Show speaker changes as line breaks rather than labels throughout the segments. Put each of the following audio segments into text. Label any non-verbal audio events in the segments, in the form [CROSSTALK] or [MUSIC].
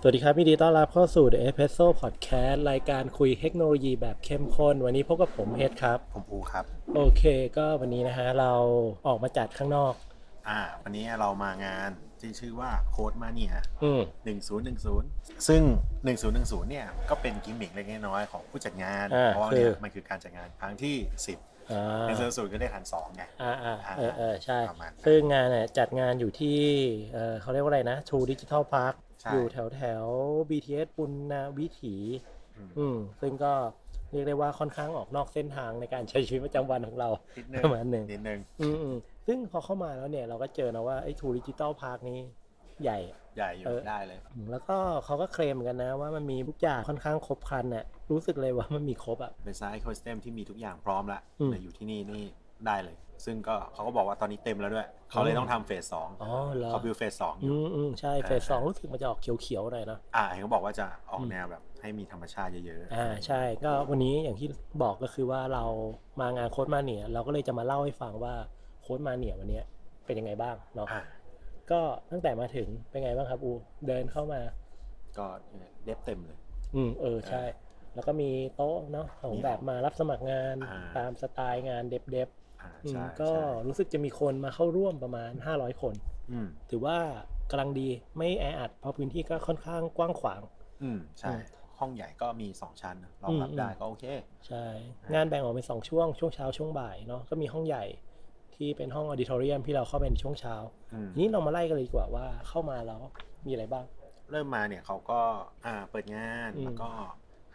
สวัสดีครับยินดีต้อนรับเข้าสู่ The Espresso Podcast รายการคุยเทคโนโลยีแบบเข้มข้น วันนี้พบกับผมเฮดครับ
ผมภูครับ
โอเค ก็วันนี้นะฮะเราออกมาจัดข้างนอก
อ่า วันนี้เรามางานที่ชื่อว่าโค้ดมาเนี่ย
อืม
1010 ซึ่ง 1010 เนี่ย ก็เป็นกิมมิคเล็กน้อยๆของผู้จัดงาน
อ่า
เพราะว่า
คือ
เนี่ยมันคือการจัดงานครั้งที่ 10
อ่า
ในส่วนสูตรก็ได้หันสองไง
อ่าอ่าเออเออใช่
ประมาณนั้น
ซึ่งงานเนี่ยจัดงานอยู่ที่เออเขาเรียกว่าอะไรนะ True Digital Park
ใช่
อยู่แถวแถว BTS ปุณณวิถี
อืม
อืมซึ่งก็เรียกได้ว่าค่อนข้างออกนอกเส้นทางในการใช้ชีวิตประจำวันของเรา
นิดนึง
ประมาณหนึ่ง
นิดนึง
อืมอืมซึ่งพอเข้ามาแล้วเนี่ยเราก็เจอนะว่าไอ้ True Digital Park นี้ใหญ่
ใหญ่อยู่
เออ
ได้เลย
อืมแล้วก็เขาก็เคลมกันนะว่ามันมีทุกอย่างค่อนข้างครบครันน่ะรู้สึกเลยว่ามันมีครบอ่ะ
เป็นไซส์โคสเต็มที่มีทุกอย่างพร้อมละ
อืม
แต่อยู่ที่นี่นี่ได้เลย ซึ่งก็เขาก็บอกว่าตอนนี้เต็มแล้วด้วย เขาเลย
อืม
ต้องทำเฟสสอง
อ๋อเหรอ
เขาบิวเฟสสองอ
อื
ยู่
มอืมใช่
อ่า
เฟสสองรู้สึกมันจะออกเขียวๆหน่อยนะ
อ่าเห็นเขาบอกว่าจะออ
อื
ก
ม
แนวแบบให้มีธรรมชาติเยอะ
อ่าใช่ก็วันนี้อย่างที่บอกก็คือว่าเรามางานโค้ดมาเนี่ย เราก็เลยจะมาเล่าให้ฟังว่าโค้ดมาเนี่ยวันเนี้ยเป็นยังไงบ้างเนาะ
ๆอ่า
ก็ตั้งแต่มาถึงเป็นไงบ้างครับอูเดินเข้ามา
ก็เด็บเต็มเลย
อืมเออใช่ แล้วก็มีโต๊ะเนาะของแบบมารับสมัครงาน
อ่า
ตามสไตล์งานเด็บ
อ่า
ๆอืม
ใช่
ก็
ใช่
รู้สึกจะมีคนมาเข้าร่วมประมาณ 500 คน
อืม
ถือว่ากำลังดีไม่แออัดเพราะพื้นที่ก็ค่อนข้างกว้างขวาง
อืม ใช่
อืม
ห้องใหญ่ก็มี 2 ชั้นนะรองรับ
อืม
ได้ก็โอเค
ใช่งานแบ่งออกเป็นสองช่วงช่วงเช้าช่วงบ่ายเนาะก็มีห้องใหญ่ที่เป็นห้องออดิทอเรียมที่เราเข้าไปในช่วงเช้า
อืม
ทีนี้เรามาไล่กันเลยดีกว่าว่าเข้ามาแล้วมีอะไรบ้าง
เริ่มมาเนี่ยเขาก็อ่าเปิดงาน
อืม
แล้วก็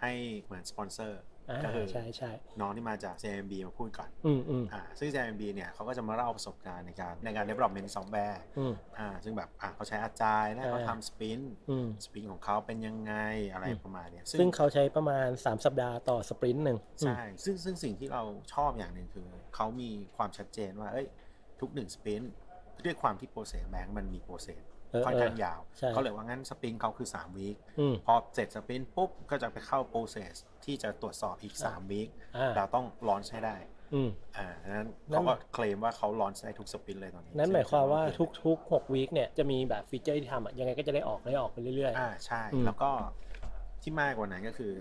ให้เหมือนสปอนเซอร์
อ่า
ก็คือ
ใช่ใช่
น้องที่มาจาก JMB มาพูดก่อน
อืมอืม
อ่าซึ่ง JMB เนี่ยเขาก็จะมาเล่าประสบการณ์ในการในการ development software
อืม
อ่าซึ่งแบบอ่าเขาใช้อาจายแล้วเขา
อ่า
ทำสปิน
อืม
สปินของเขาเป็นยังไงอะไร
อืม
ประมาณเนี้ย
ซึ่งเขาใช้ประมาณ 3 สัปดาห์ต่อสปรินต์หนึ่ง
ใช่ซึ่งซึ่งสิ่งที่เราชอบอย่างหนึ่งคือ เขามีความชัดเจนว่าเอ้ยทุกหนึ่งสปินด้วยความที่โปรเซสแบงค์มันมีโปรเซส
เออ
ค่อน
เออ
ข้างยาว
ใช่
เขาเลยว่างั้นสปรินเขาคือ 3 วีค
อืม
พอเสร็จสปรินปุ๊บ ก็จะไปเข้าโปรเซสที่จะตรวจสอบอีก 3 วีค
อ่า
เราต้องลอนให้ได้
อืม
อ่าดังนั้น
นั่น
เขาก็เคลมว่าเขาลอนได้ทุกสปรินเลยตอนนี้
นั้นหมายความว่า
ซึ่งถือ
ทุกๆ6วีคเนี่ยจะมีแบบฟีเจอร์ที่ทำอะยังไงก็จะได้ออกได้ออกไปเรื่อย
อ่า ใช่
อืม
แล้วก็ที่มากกว่านั้นก็คือ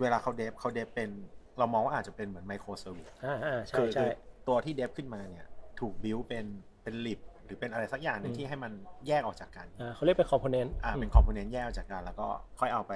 เวลาเขาเดฟเขาเดฟเป็น เรามองว่าอาจจะเป็นเหมือนไมโครเซอร์วิส
ๆอ่าอ่าใช่
คื
ใช่
คือตัวที่เดฟขึ้นมาเนี่ย ถูกบิวเป็น เป็นลิบหรือเป็นอะไรสักอย่างหนึ่
อื
ง
ม
ที่ให้มันแยกออกจากกัน
อ่าเขาเรียกเป็นคอมโพเนนต์
อ่า เป็นคอมโพเนนต์แยกออกจากกัน แล้วก็ค่อยเอาไป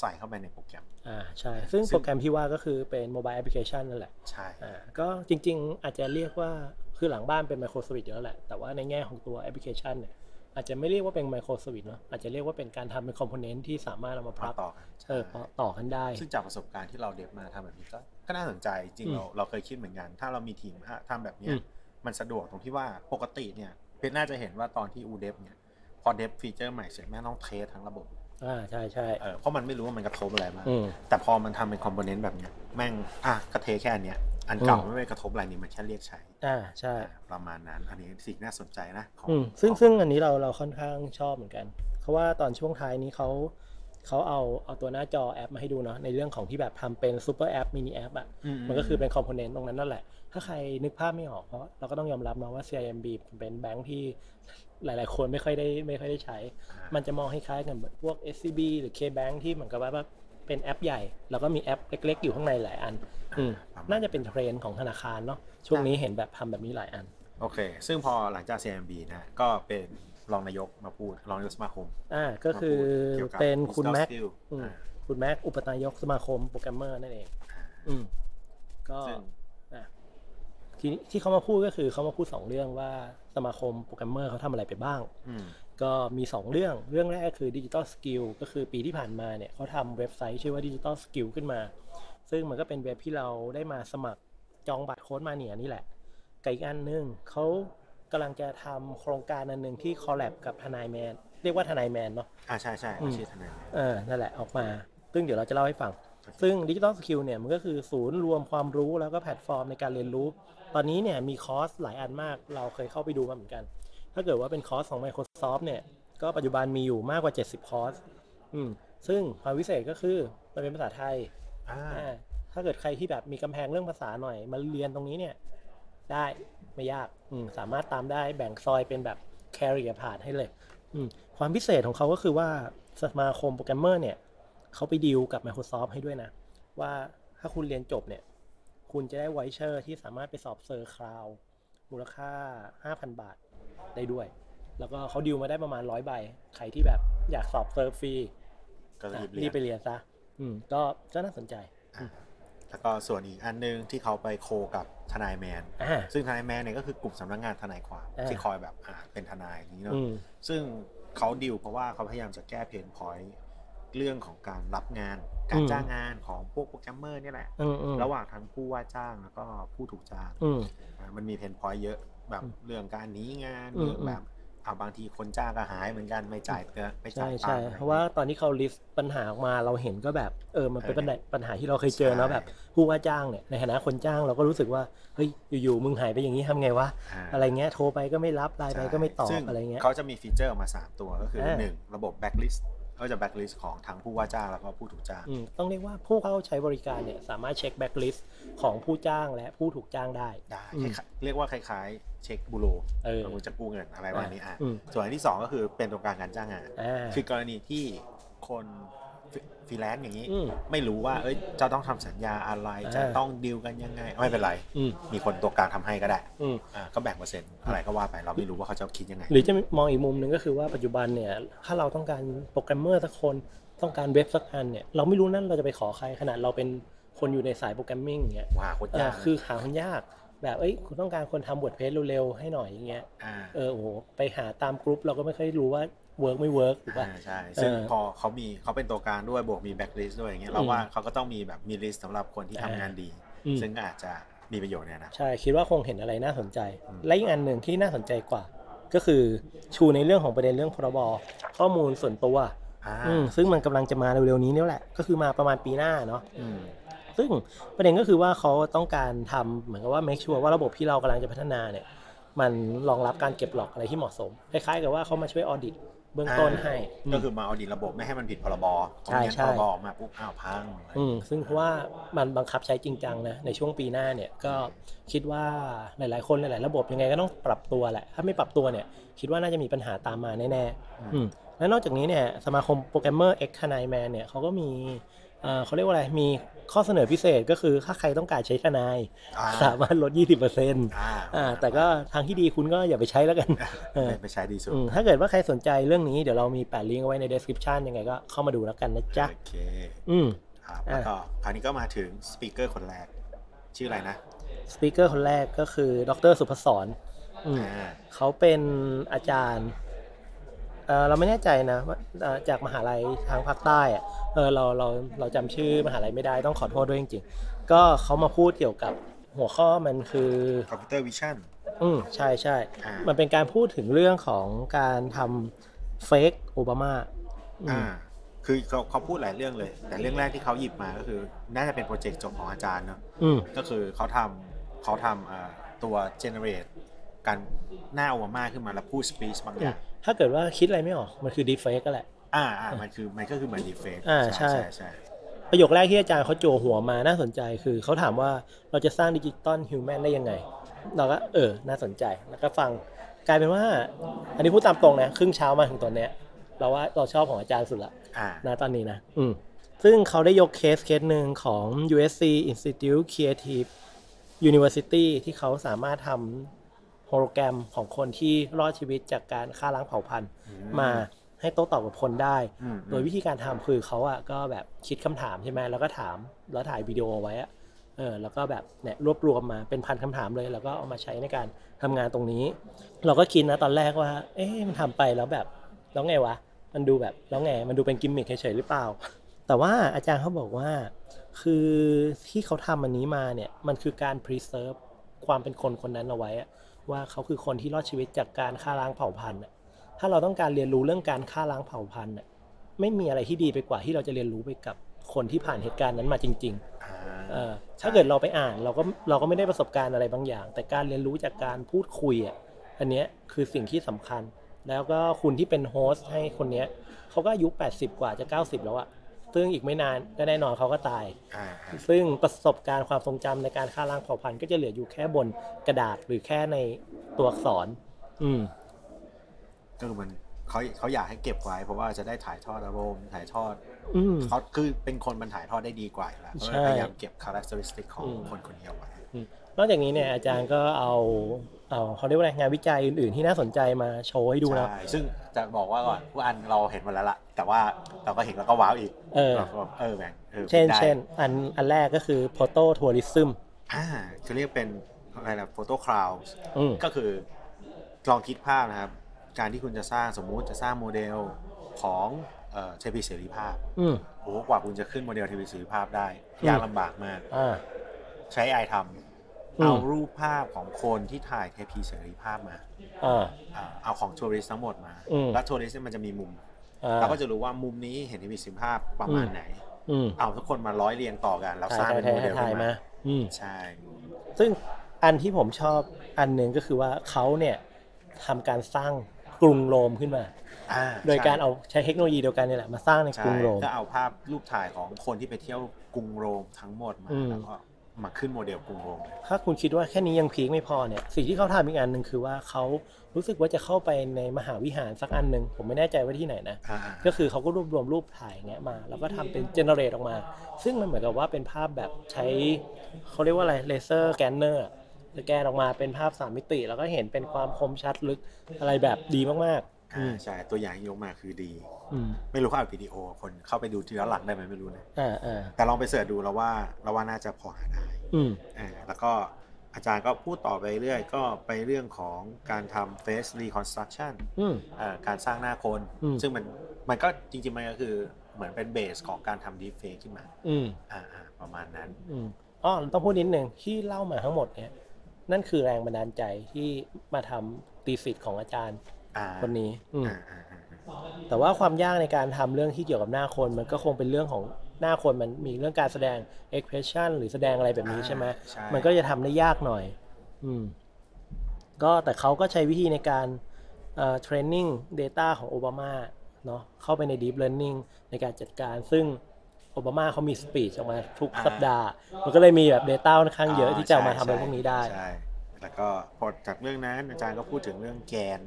ใส่เข้าไปในโปรแกรม
อ่าใช่ ซึ่งโป
ซึ่ง
รแกรมที่ว่าก็คือเป็นโมบายแอปพลิเคชันนั่นแหละ
ใช่
อ่าก็จริงๆ อาจจะเรียกว่าคือหลังบ้านเป็นไมโครสวิตอยู่แล้วแหละ แต่ว่าในแง่ของตัวแอปพลิเคชันเนี่ยอาจจะไม่เรียกว่าเป็นไมโครสวิตเนาะอาจจะเรียกว่าเป็นการทำเป็นคอมโพเนนต์ที่สามารถเอามาพั
มาก ต่อกัน
เออต่อกันได้
ซึ่งจากประสบการณ์ที่เราเดฟมาทำแบบนี้ก็ก็น่าสนใจจริง
อืม
ๆเราเราเคยคิดเหมือนกัน ถ้าเรามีทีมทำแบบเนี้ย
อืม
มันสะดวกตรงที่ว่าปกติเนี่ยเพชรน่าจะเห็นว่าตอนที่อูเดฟเนี่ยพอเดฟฟีเจอร์ใหม่เสร็จแม่งต้องเทสทั้งระบบ
อ่าใช่ใช่
เออเพราะมันไม่รู้ว่ามันกระทบอะไรมาง
อืม
แต่พอมันทำเป็นคอมโพเนนต์แบบเนี้ยแม่งอ่ะก็เทสแค่อันเนี้ยอันเก่า
อืม
ไม่ได้กระทบอะไรนี่มันแค่เรียกใช้
อ่าใช่
อ่ะประมาณนั้น อันนี้สิ่งน่าสนใจนะของ
อืมซึ่ง
ของ
ซึ่งอันนี้เราเราค่อนข้างชอบเหมือนกัน เพราะว่าตอนช่วงท้ายนี้เขาเขาเอาเอาตัวหน้าจอแอปมาให้ดูเนาะในเรื่องของที่แบบทำเป็นซูเปอร์แอปมินิแอปอะ มันก็คือเป็นคอมโพเนนต์ตรงนั้นนั่นแหละ ถ้าใครนึกภาพไม่ออกเพราะเราก็ต้องยอมรับเนาะว่า CIMB เป็นแบงค์ที่หลาย ๆ คนไม่ค่อยได้ไม่ค่อยได้ใช้
อ่ะ
มันจะมองคล้ายๆกันแบบพวก SCB หรือ KBank ที่เหมือนกับว่าแบบเป็นแอปใหญ่ แล้วก็มีแอปเล็ก ๆ อยู่ข้างในหลายอันอืม
ประมาณ
น่าจะเป็นเทรนด์ของธนาคารเนาะ ช่วงนี้เห็นแบบทำแบบนี้หลายอัน
โอเค ซึ่งพอหลังจาก CMB นะก็เป็นรองนายกมาพูดรองนายกสมาคม
อ่า ก็คือเป็นคุณแม็ก อืม
อ่า
คุณแม็กอุปนายกสมาคมโปรแกรมเมอร์นั่นเอง อืมก็
ซึ่ง
ที่ที่เขามาพูดก็คือเขามาพูดสองเรื่องว่าสมาคมโปรแกรมเมอร์เขาทำอะไรไปบ้าง
อืม
ก็มี 2 เรื่อง เรื่องแรกคือ Digital Skill ก็คือปีที่ผ่านมาเนี่ยเขาทำเว็บไซต์ชื่อว่า Digital Skill ขึ้นมา ซึ่งมันก็เป็นเว็บที่เราได้มาสมัครจองบัตรโค้ดมาเนี่ยนี่แหละกับอีกอันหนึงเขากำลังจะทำโครงการอันหนึ่งที่คอลแลบกับทนายแมน เรียกว่าทนายแมนเนาะ
อ่าใช่ใช่
อืม
อาชื่อทนาย
เออนั่นแหละออกมา ซึ่งเดี๋ยวเราจะเล่าให้ฟัง
ซึ่ง
ซึ่ง Digital Skill เนี่ยมันก็คือศูนย์รวมความรู้แล้วก็แพลตฟอร์มในการเรียนรู้ ตอนนี้เนี่ยมีคอร์สหลายอันมาก เราเคยเข้าไปดูมาเหมือนกัน ถ้าเกิดว่าเป็นคอร์สของ Microsoft เนี่ย ก็ปัจจุบันมีอยู่มากกว่า 70 คอร์สอืมซึ่งความพิเศษก็คือมันเป็นภาษาไทย
อ่า
อ่าถ้าเกิดใครที่แบบมีกำแพงเรื่องภาษาหน่อย มาเรียนตรงนี้เนี่ย ได้ไม่ยากอืมสามารถตามได้แบ่งซอยเป็นแบบ c a r r i e r path ให้เลยอืมความพิเศษของเขาก็คือว่า สมาคมโปรแกรมเมอร์เนี่ยเขาไปดีลกับ Microsoft ให้ด้วยนะ ว่าถ้าคุณเรียนจบเนี่ย คุณจะได้ไวเชอร์ที่สามารถไปสอบเซอร์คลาวมูลค่า 5,000 บาทได้ด้วย แล้วก็เขาดีลมาได้ประมาณ 100 ใบ ใครที่แบบอยากสอบเซอร์ฟรี
ก็
อ่ะ
รีบเรี
รี
ย
บไป
น
เรียนซะอืมก็ก็น่าสนใจ
อ่ะแล้วก็ส่วนอีกอันนึงที่เขาไปโคกับทนายแมน
อ่า
ซึ่งทนายแมนเนี่ยก็คือกลุ่มสำนักงานทนายความ
อ่า
ที่คอยแบบอ่าเป็นทนายอย่างนี้เนาะ
อืม
ซึ่งเขาดิวเพราะว่าเขาพยายามจะแก้เพนพอยเรื่องของการรับงานการ
อืม
จ้างงานของพวกโปรแกรมเมอร์เนี่ยแหละ
อืมอืม
ระหว่างทั้งผู้ว่าจ้างแล้วก็ผู้ถูกจ้าง
อืม
อ่ามันมีเพนพอยเยอะแบบ
อืม
เรื่องการหนีงาน
อืม
เรื่อง
อืม
แบบเอาบางทีคนจ้างก็หายเหมือนกันไม่จ่ายเงินไม่จ่า
ใช่
ยตั
ใช่
งค์อไอย่งงี้ย
เพราะว่าตอนที่เขาลิสต์ปัญหาออกมาเราเห็นก็แบบเออมันเป็น
เออ
ปัญหาปัญหาที่เราเคยเจอเนอะ
ใช่
แบบผู้ว่าจ้างเนี่ยในฐานะคนจ้างเราก็รู้สึกว่าเฮ้ยอยู่ๆมึงหายไปอย่างนี้ทำไงวะ
อ่า
อะไรเงี้ยโทรไปก็ไม่รับไลน์ไปก็ไม่ตอบ
ซึ่
อะไรเงี้ย
เขาจะมีฟีเจอร์ออกมา 3 ตัวก็คือ
เออ
1 ระบบ backlist ก็จะ backlist ของทั้งผู้ว่าจ้างแล้วก็ผู้ถูกจ้าง
อืมต้องเรียกว่าผู้เข้าใช้บริการเนี่ยสามารถเช็คแบ็กลิสต์ของผู้จ้างและผู้ถูกจ้างได้
ได้
อืม
คล้ายๆเรียกว่าคล้ายๆ เช็คบูโร
เออ
คุณจะกู้เงินอะไรวันนี้อ่ะ
อืม
ส่วนอันที่ 2 ก็คือเป็นตัวกลางการจ้างงาน
อ่า
คือกรณีที่คนฟรีแลนซ์อย่างนี้
ม
ไม่รู้ว่าเอ้ยจะต้องทำสัญญาอะไร
เออ
จะต้องดีลกันยังไง ไม่เป็นไร
อืม
มีคนตัวกลางทำให้ก็ได้
อืม
อ่าก็แบ่งเปอร์เซ็นต์อะไรก็ว่าไปเราไม่รู้ว่าเขาจะคิดยังไง
หรือจะมองอีกมุมหนึ่งก็คือว่าปัจจุบันเนี่ยถ้าเราต้องการโปรแกรมเมอร์สักคนต้องการเว็บสักอันเนี่ยเราไม่รู้นั่นเราจะไปขอใครขนาดเราเป็นคนอยู่ในสายโปรแกรมมิ่งเนี่ย
ว่าโค
เออย
นาก
คือหาคนยากแบบเอ้ยคุณต้องการคนทำบทเพจเร็วๆให้หน่อยอย่างเงี้ย
า
เออโอ้โหไปหาตามกรุ๊ปเราก็ไม่ค่อยรู้ว่าเวิร์กไม่เวิร์กถูกป่ะ
อ่าใช่ ซึ่ง
เออ
พอเขามีเขาเป็นตัวกลางด้วยบวกมีแบ็กลิสต์ด้วยอย่างเงี้ย
อืม
เราว่าเขาก็ต้องมีแบบมีลิสต์สำหรับคนที่
เออ
ทำงานดี
อืม
ซึ่งอาจจะมีประโยชน์เนี่ยนะ
ใช่คิดว่าคงเห็นอะไรน่าสนใจ
อืม
และอีกอันหนึ่งที่น่าสนใจกว่า ก็คือชูในเรื่องของประเด็นเรื่องพรบข้อมูลส่วนตัว
อ่า
อืมซึ่งมันกำลังจะมาเร็วๆนี้เนี่ยแหละก็คือมาประมาณปีหน้าเนาะ
อืม
ซึ่งประเด็นก็คือว่าเขาต้องการทำเหมือนกับว่า make sure ว่าระบบที่เรากำลังจะพัฒนาเนี่ย มันรองรับการเก็บหลอกอะไรที่เหมาะสม คล้ายๆกับว่าเขามาช่วยออดิตเบื้องต้นให้ม
ก็คือมาเอาดีระบบไม่ให้มันผิดพรบตรง
ใช่
นี้
ใช่
พรบออกมาปุ๊บอ้าวพัง
อืมซึ่งเพราะว่ามันบังคับใช้จริงจังนะในช่วงปีหน้าเนี่ยก็คิดว่าหลายๆคนหลายๆระบบยังไงก็ต้องปรับตัวแหละ ถ้าไม่ปรับตัวเนี่ยคิดว่าน่าจะมีปัญหาตามมาแน่ๆอืมและนอกจากนี้เนี่ยสมาคมโปรแกรมเมอร์เอ็กทนายแมนเนี่ยเขาก็มีเอ่อเขาเรียกว่าอะไรมีข้อเสนอพิเศษก็คือถ้าใครต้องการใช้ทนาย
อ่า
สามารถลด 20%
อ่า
อ่า แต่ก็ทางที่ดีคุณก็อย่าไปใช้แล้วกัน เออ
ไม่ไปใช้ดีสุด
อืมถ้าเกิดว่าใครสนใจเรื่องนี้ เดี๋ยวเรามีแปะลิงก์เอาไว้ใน description ยังไงก็เข้ามาดูแล้วกันนะจ๊ะ
โอเค
อืม
ครับ
อ่ะ
แล้วก็คราวนี้ก็มาถึงสปีกเกอร์คนแรก ชื่ออะไรนะ
สปีกเกอร์คนแรกก็คือ ดรสุพศรอืม
อ่า
เขาเป็นอาจารย์เออเราไม่แน่ใจนะว่าเอ่อจากมหาลัยทางภาคใต้อะเออเราเราเราจำชื่อมหาลัยไม่ได้ต้องขอโทษด้วยจริงๆ ก็เขามาพูดเกี่ยวกับหัวข้อมันคือ
คอมพิวเตอร์วิชั่น
อืมใช่ใช่
อ่า
มันเป็นการพูดถึงเรื่องของการทำเฟกโอบามาอื
อ่าม คือเขาเขาพูดหลายเรื่องเลย แต่เรื่องแรกที่เขาหยิบมาก็คือ น่าจะเป็นโปรเจกต์จบของอาจารย์เนาะ
อืม
ก็คือเขาทำเขาทำอ่าตัว generate การหน้าโอบามาขึ้นมาแล้วพูด speech บางอย่าง
ถ้าเกิดว่าคิดอะไรไม่ออก มันคือดีเฟกก็แหละ
อ่าอ่ามันคือมันก็คือเหมือนดีเฟก
อ่าใช่
ใช่ใช่
ประโยคแรกที่อาจารย์เขาโจหัวมาน่าสนใจคือเขาถามว่าเราจะสร้างดิจิตอลฮิวแมนได้ยังไง เราก็เออ น่าสนใจ แล้วก็ฟังกลายเป็นว่า อันนี้พูดตามตรงนะ ครึ่งเช้ามาถึงตอนเนี้ย เราว่าเราชอบของอาจารย์สุดละ
อ่า
นะตอนนี้นะอืมซึ่งเขาได้ยกเคสเคสหนึ่งของ USC Institute Creative University ที่เขาสามารถทำโฮโลแกรมของคนที่รอดชีวิตจากการฆ่าล้างเผ่าพันธุ์
อื
มาให้โต้ตอบกับคนได้
อืม
โดยวิธีการทำคือเขาอะก็แบบคิดคำถามใช่ไหมแล้วก็ถามแล้วถ่ายวิดีโอไว้อะเออแล้วก็แบบเนี่ยรวบรวมมาเป็นพันคำถามเลย แล้วก็เอามาใช้ในการทำงานตรงนี้ เราก็คิดนะตอนแรกว่า เอ๊ะมันทำไปแล้วแบบแล้วไงวะ มันดูแบบแล้วไงมันดูเป็นกิมมิคเฉยๆหรือเปล่า [LAUGHS] แต่ว่าอาจารย์เขาบอกว่า คือที่เขาทำอันนี้มาเนี่ยมันคือการ preserve ความเป็นคนคนนั้นเอาไว้อะว่าเขาคือคนที่รอดชีวิตจากการฆ่าล้างเผ่าพันธุ์อะถ้าเราต้องการเรียนรู้เรื่องการฆ่าล้างเผ่าพันธุ์อะไม่มีอะไรที่ดีไปกว่าที่เราจะเรียนรู้ไปกับคนที่ผ่านเหตุการณ์นั้นมาจริง ๆ
อ่า
เออ
ใช่
ถ้าเกิดเราไปอ่านเราก็เราก็ไม่ได้ประสบการณ์อะไรบางอย่าง แต่การเรียนรู้จากการพูดคุยอ่ะอันเนี้ยคือสิ่งที่สำคัญ แล้วก็คุณที่เป็นโฮสต์ให้คนเนี้ยเขาก็อายุ 80 กว่าจะ 90 แล้วอะซึ่งอีกไม่นานก็แน่นอนเขาก็ตาย
อ่า
ซึ่งประสบการณ์ความทรงจำในการฆ่าล้างเผ่าพันธุ์ก็จะเหลืออยู่แค่บนกระดาษหรือแค่ในตัวอักษร อืม
ก็คือมัน เขาเขาอยากให้เก็บไว้ เพราะว่าจะได้ถ่ายทอดอารมณ์ถ่ายทอด
อืม
เขาคือเป็นคนมันถ่ายทอดได้ดีกว่าอยู่แล้ว
ใช่
เขาพยายามเก็บคุณลักษณะของ
อืม
คนคนนี้เอาไว้
นอกจากนี้เนี่ยอาจารย์ก็เอาเอาเขาเรียกว่าอะไรงานวิจัยอื่นๆ ที่น่าสนใจมาโชว์ให้ดูนะ
ใช่ซึ่งจะบอกว่าก่อนผู้อันเราเห็นหมาแล้วละแต่ว่าเราก็เห็นแล้วก็ว้าวอีก
เออ
แบบว่าเออแบงออ
เช่น
ได้
เช่นอันอันแรกก็คือ Proto Tourism
อ่าจะเรียกเป็นอะไรนะโฟโต้คลาวด์
อืม
ก็คือลองคิดภาพนะครับ การที่คุณจะสร้างสมมุติจะสร้างโมเดลของเอ่อเทพีเสรีภาพ
อืม
โอ้โหกว่าคุณจะขึ้นโมเดลเทพีเสรีภาพได้
อืม
ยากลำบากมาก
อ่า
ใช้ AI
อื
ทำ
ม
เอารูปภาพของคนที่ถ่ายเทพีเสรีภาพมา
อ่า
อ่าเอาของทัวริสทั้งหมดมา
อืม
และทัวริสเนี่ยมันจะมีมุม
อ่า
เราก็จะรู้ว่ามุมนี้เห็นที่มีสิบภาพประมาณ
อืม
ไหน
อืม
เอาทุกคนมาร้อยเรียงต่อกัน แล้วสร้าง
ถ่าย
เป็น
ถ่ายถ่ายถ่าย
โมเดลขึ้น
มา
มา
อืม
ใช่
ซึ่งอันที่ผมชอบอันหนึ่งก็คือว่าเขาเนี่ยทำการสร้างกรุงโรมขึ้นมา
อ่า
โดยการ
ใช่
เอาใช้เทคโนโลยีเดียวกันเนี่ยแหละมาสร้างใน
ใช่
กรุงโรม
ก็เอาภาพรูปถ่ายของคนที่ไปเที่ยวกรุงโรมทั้งหมดมา
อืม
แล้วก็มาขึ้นโมเดลกรุงโรมเลย
ถ้าคุณคิดว่าแค่นี้ยังพีคไม่พอเนี่ยสิ่งที่เขาทำอีกอันหนึ่งคือว่าเขารู้สึกว่าจะเข้าไปในมหาวิหารสักอันหนึ่งผมไม่แน่ใจว่าที่ไหนนะ
อ่า
ก็คือเขาก็รวบรวมรูปถ่ายอย่างเงี้ยมา แล้วก็ทำเป็นเจเนเรตออกมา ซึ่งมันเหมือนกับว่าเป็นภาพแบบใช้เขาเรียกว่าอะไรเลเซอร์แกนเนอร์สแกนออกมาเป็นภาพสามมิติ แล้วก็เห็นเป็นความคมชัดลึกอะไรแบบดีมากๆ อื
อ่าม ใช่ ตัวอย่างที่ยกมาคือดี
อืม
ไม่รู้เขาเอาวิดีโอ คนเข้าไปดูทีละหลังได้ไหมไม่รู้นะ
อ่าอ่า
แต่ลองไปเสิร์ชดูเราว่าเราว่าน่าจะพอหาได้
อืม
อ่าแล้วก็อาจารย์ก็พูดต่อไปเรื่อยก็ไปเรื่องของการทำ face reconstruction
อืม
เอ่อการสร้างหน้าคน
อืม
ซึ่งมันมันก็จริงๆ มันก็คือเหมือนเป็นเบสของการทำดีเฟกขึ้นมา
อืม
อ่าอ่าประมาณนั้น
อืมอ๋อต้องพูดนิดหนึ่งที่เล่ามาทั้งหมดเนี่ยนั่นคือแรงบันดาลใจที่มาทำตีสิทธิ์ของอาจารย์
อ่า
คนนี้อืม
อ่าอ่าอ่าอ่า
แต่ว่าความยากในการทำเรื่องที่เกี่ยวกับหน้าคนมันก็คงเป็นเรื่องของหน้าคนมันมีเรื่องการแสดง expression หรือแสดงอะไรแบบนี้ใช่ไหม
ใช่
มันก็จะทำได้ยากหน่อย อืม ก็แต่เขาก็ใช้วิธีในการเอ่อ training data ของโอบามาเนาะเข้าไปใน deep learning ในการจัดการ ซึ่งโอบามาเขามี speech ออกมาทุกสัปดาห์ มันก็เลยมีแบบ data ค่อนข้างเยอะที่จะเอามาทำอะไรพวกนี้ได้
ใช่แล้วก็พอจากเรื่องนั้นอาจารย์ก็พูดถึงเรื่องแกน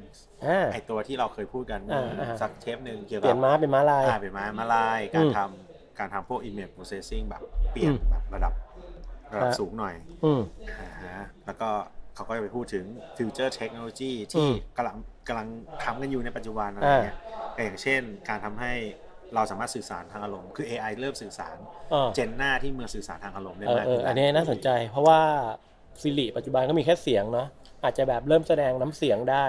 อ่า
ไอตัวที่เราเคยพูดกันเมื่ออา
อ่า
สักเทปหนึ่งเกี่ยว
เป
กั
ลี่ยนม้าเป็นม้าลาย
อ่าเปลี่ยนมามาลาย กา
อืม
รทำการทำพวก image processing แบบเปลี่ยน
อืม
แบบระดับระดับ
ฮะ
สูงหน่อย
อืม
อ่าฮะแล้วก็เขาก็จะไปพูดถึงฟิวเจอร์เทคโนโลยี
อื
ที่
ม
กำลังกำลังทำกันอยู่ในปัจจุบันอะไร
อ่า
เงี้ยก็อย่างเช่น การทำให้เราสามารถสื่อสารทางอารมณ์ คือ AI เริ่มสื่อสาร
อ่า
เจนหน้าที่เมื่อสื่อสารทางอารมณ์ได้
เออ
มาก
เอ
ขึ้
อน อันนี้น่าสนใจ เพราะว่าซีรีส์ปัจจุบันก็มีแค่เสียงเนาะอาจจะแบบเริ่มแสดงน้ำเสียงได้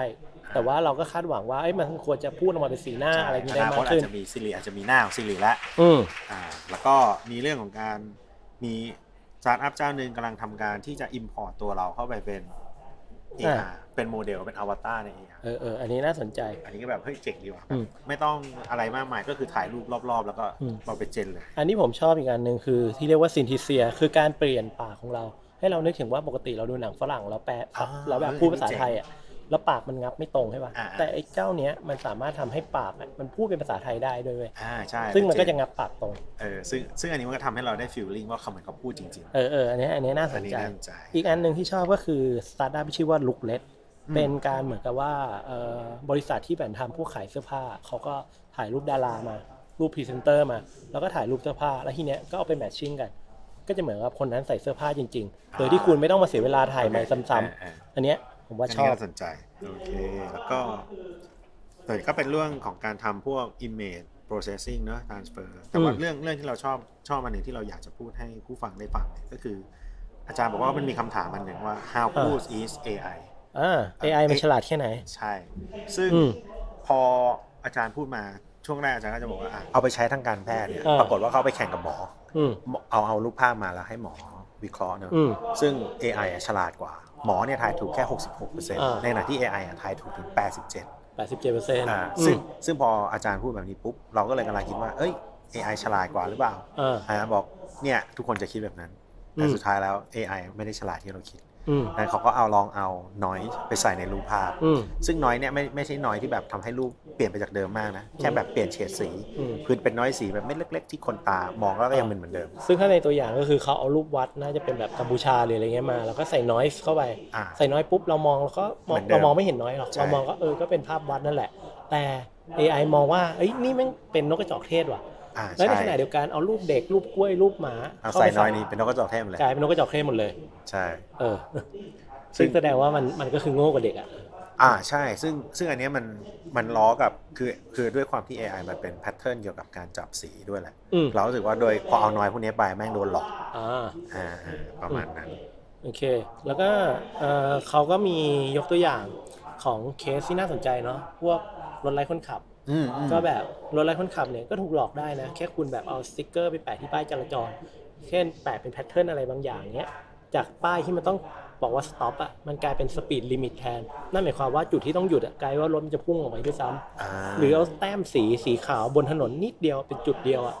แต่ว่าเราก็คาดหวังว่าเอ้ยมันควรจะพูดออกมาเป็นสีหน้าอะไรอย่างนี้ได้
อนาค
มา
ต
ก
อา
ขึ้
จ
น
จะมีซิริอาจจะมีหน้าของซิริละ
อืม
อ่าแล้วก็มีเรื่องของการมีสตาร์ทอัพเจ้าหนึ่งกำลังทำการที่จะ import ตัวเราเข้าไปเป็น AR เป็นโมเดลเป็นอวตารใน AR
เออเอออันนี้น่าสนใจ
อันนี้ก็แบบเฮ้ยเจ๋งดีว่ะ
อืม
ไม่ต้องอะไรมากมายก็คือถ่ายรูปรอบๆ แล้วก็
อืม
เอาไปเจนเลย
อันนี้ผมชอบอีกอันหนึ่งคือที่เรียกว่าซินทิเซีย คือการเปลี่ยนปากของเรา ให้เรานึกถึงว่าปกติเราดูหนังฝรั่งเราแปลซับเราแบบพูดภาษาไทยอ่ะแล้วปากมันงับไม่ตรงใช่ป่ะแต่ไอ้เจ้าเนี้ยมันสามารถทำให้ปากอะมันพูดเป็นภาษาไทยได้ด้วยเว้ย
อ่าใช่
ซึ่งมันก็
เ
จะงับปากตรง
เออซึ่งซึ่งอันนี้มันก็ทำให้เราได้ฟีลลิ่งว่าเขาเหมือนเขาพูดจริง
เออเอออันเนี้ยอันเนี้ยน่า
ๆ
ส
อัน
น
นี้
ใจ
น่าสนใจ
อีกอันหนึ่งที่ชอบก็คือสตาร์ทอัพที่ชื่อว่าลุกเล t
อืม
เป็นการเหมือนกับว่าเอ่อบริษัทที่แบ่งทำพวกขายเสื้อผ้า เขาก็ถ่ายรูปดารามา รูปพรีเซนเตอร์มา แล้วก็ถ่ายรูปเสื้อผ้า แล้วทีเนี้ยก็เอาไปแมทชิ่งกัน ก็จะเหมือนกับคนนั้นใส่เสื้อผ้าจริงๆ โดยที่คุณไม่ต้องมาเสียเวลาถ่ายใหม่ซ้ำ
เออ
ๆ อันเนี้ยผม
เอออั
ว่าน ช
นี้
อบ
น่าสนใจโอเคแล้วก็แต่ก็เป็นเรื่องของการทำพวก image processing เนอะ transfer แต่ว่า
อืม
เรื่องเรื่องที่เราชอบชอบอันหนึ่งที่เราอยากจะพูดให้ผู้ฟังได้ฟังเนี่ยก็คือ อาจารย์บอกว่ามันมีคำถามอันหนึ่งว่า how good is AI
อ่า AI มันฉลาดแค่ไหน
ใช่ ซึ่ง
อืม
พออาจารย์พูดมาช่วงแรกอาจารย์ก็จะบอกว่าอ่ะเอาไปใช้ทางการแพทย์เนี่ย
อ่า
ปรากฏว่าเขาเอาไปแข่งกับหมอ
อืม
เอาเอารูปภาพมาแล้วให้หมอวิเคราะห์เนอะ
อืม
ซึ่ง AI อะฉลาดกว่า หมอเนี่ยทายถูกแค่
า
66%ในขณะที่ AI อะทายถูกถึง 87
87เปอร์เซ็นต์
อ่าซึ่งซึ่งพออาจารย์พูดแบบนี้ปุ๊บ เราก็เลยกำลังคิดว่า เอ้ย AI ฉลาดกว่าหรือเปล่า
อ่า
อาบอกเนี่ยทุกคนจะคิดแบบนั้น แต่
อืม
สุดท้ายแล้ว AI ไม่ได้ฉลาดที่เราคิด
อืม
นั้นเขาก็เอาลองเอาน้อยไปใส่ในรูปภาพ
อืม
ซึ่งน้อยเนี่ยไม่ไม่ใช่น้อยที่แบบทำให้รูปเปลี่ยนไปจากเดิมมากนะ แค่แบบเปลี่ยนเฉดสี
อืม
คือเป็นน้อยสีแบบไม่เล็ก ๆ ที่คนตามองแล้วก็ยังเป็นเหมือนเดิม
ซึ่งถ้าในตัวอย่างก็คือเขาเอารูปวัดน่าจะเป็นแบบกัมพูชาหรืออะไรเงี้ยมา แล้วก็ใส่ noise เข้าไป
อ่า
ใส่น้อยปุ๊บเรามองแล้วก็มอง
เหมือนเดิม
เรามองไม่เห็นน้อยหรอก
ใช่
เรามองก็เออก็เป็นภาพวัดนั่นแหละ แต่ AI มองว่าเอ้ยนี่แมันเป็นนกกระจอกเทศว่ะ
อ่า
แล้วใน
ใช่
ขณะเดียวกันเอารูปเด็กรูปกล้วยรูปหมา
เอา
เข้า
ใส่
ไป
น้อยนี้เป็นนกกระจอกเทศหมดเลย
กลายเป็นนกกระจอกเทศหมดเลย
ใช่
เออ
ซึ่
ซึ่
ง
งแสดงว่ามันมันก็คือโง่กว่าเด็กอ่ะ
อ่าใช่ ซึ่งซึ่งอันเนี้ยมันมันล้อกับคือคือด้วยความที่ AI มันเป็นแพทเทิร์นเกี่ยวกับการจับสีด้วยแหละ
อืม
เรารู้สึกว่าโดยพอเอาน้อยพวกเนี้ยไปแม่งโดนหลอก
อ่า
อ่าอ่าประมาณนั้น
โอเค แล้วก็เอ่อเขาก็มียกตัวอย่างของเคสที่น่าสนใจเนาะ พวกรถไร้คนขับ
อืมอืม
ก็แบบรถไร้คนขับเนี่ยก็ถูกหลอกได้นะ แค่คุณแบบเอาสติ๊กเกอร์ไปแปะที่ป้ายจราจร เช่นแปะเป็นแพทเทิร์นอะไรบางอย่างเนี้ย จากป้ายที่มันต้องบอกว่าสต็อปอ่ะ มันกลายเป็นสปีดลิมิตแทน นั่นหมายความว่าจุดที่ต้องหยุดอ่ะกลายว่ารถมันจะพุ่งออกไปด้วยซ้ำ
า
หรือเอาแต้มสีสีขาวบนถนนนิดเดียวเป็นจุดเดียวอ่ะ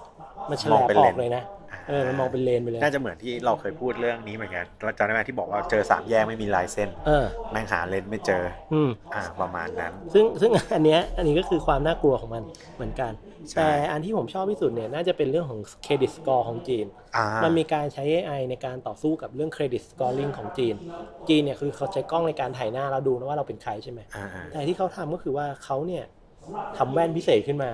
มันฉ
ม
ลา
อง
บ
เป็น
อ
เล
อน กเลยนะ เออมันมองเป็นเลนไปเลย
น่าจะเหมือนที่เราเคยพูดเรื่องนี้เหมือนกันเราจำได้ไหมที่บอกว่าเจอสามแยกไม่มีลายเส้น
เออ
แม่งหาเลนไม่เจอ
อืม
อ่าประมาณนั้น
ซึ่งซึ่ง [LAUGHS] อันเนี้ยอันนี้ก็คือความน่ากลัวของมันเหมือนกัน
ใช่
แต่อันที่ผมชอบที่สุดเนี่ยน่าจะเป็นเรื่องของเครดิตสกอร์ของจีน
อ่า
มั
มัน
มีการใช้ AI ในการต่อสู้กับเรื่องเครดิตสกอร์ลิงของจีน จีนเนี่ยคือเขาใช้กล้องในการถ่ายหน้าเราดูนะว่าเราเป็นใครใช่ไหม
อ่าอ่า
แต่ที่เขาทำก็คือว่าเขาเนี่ยทำแว่นพิเศษขึ้นมา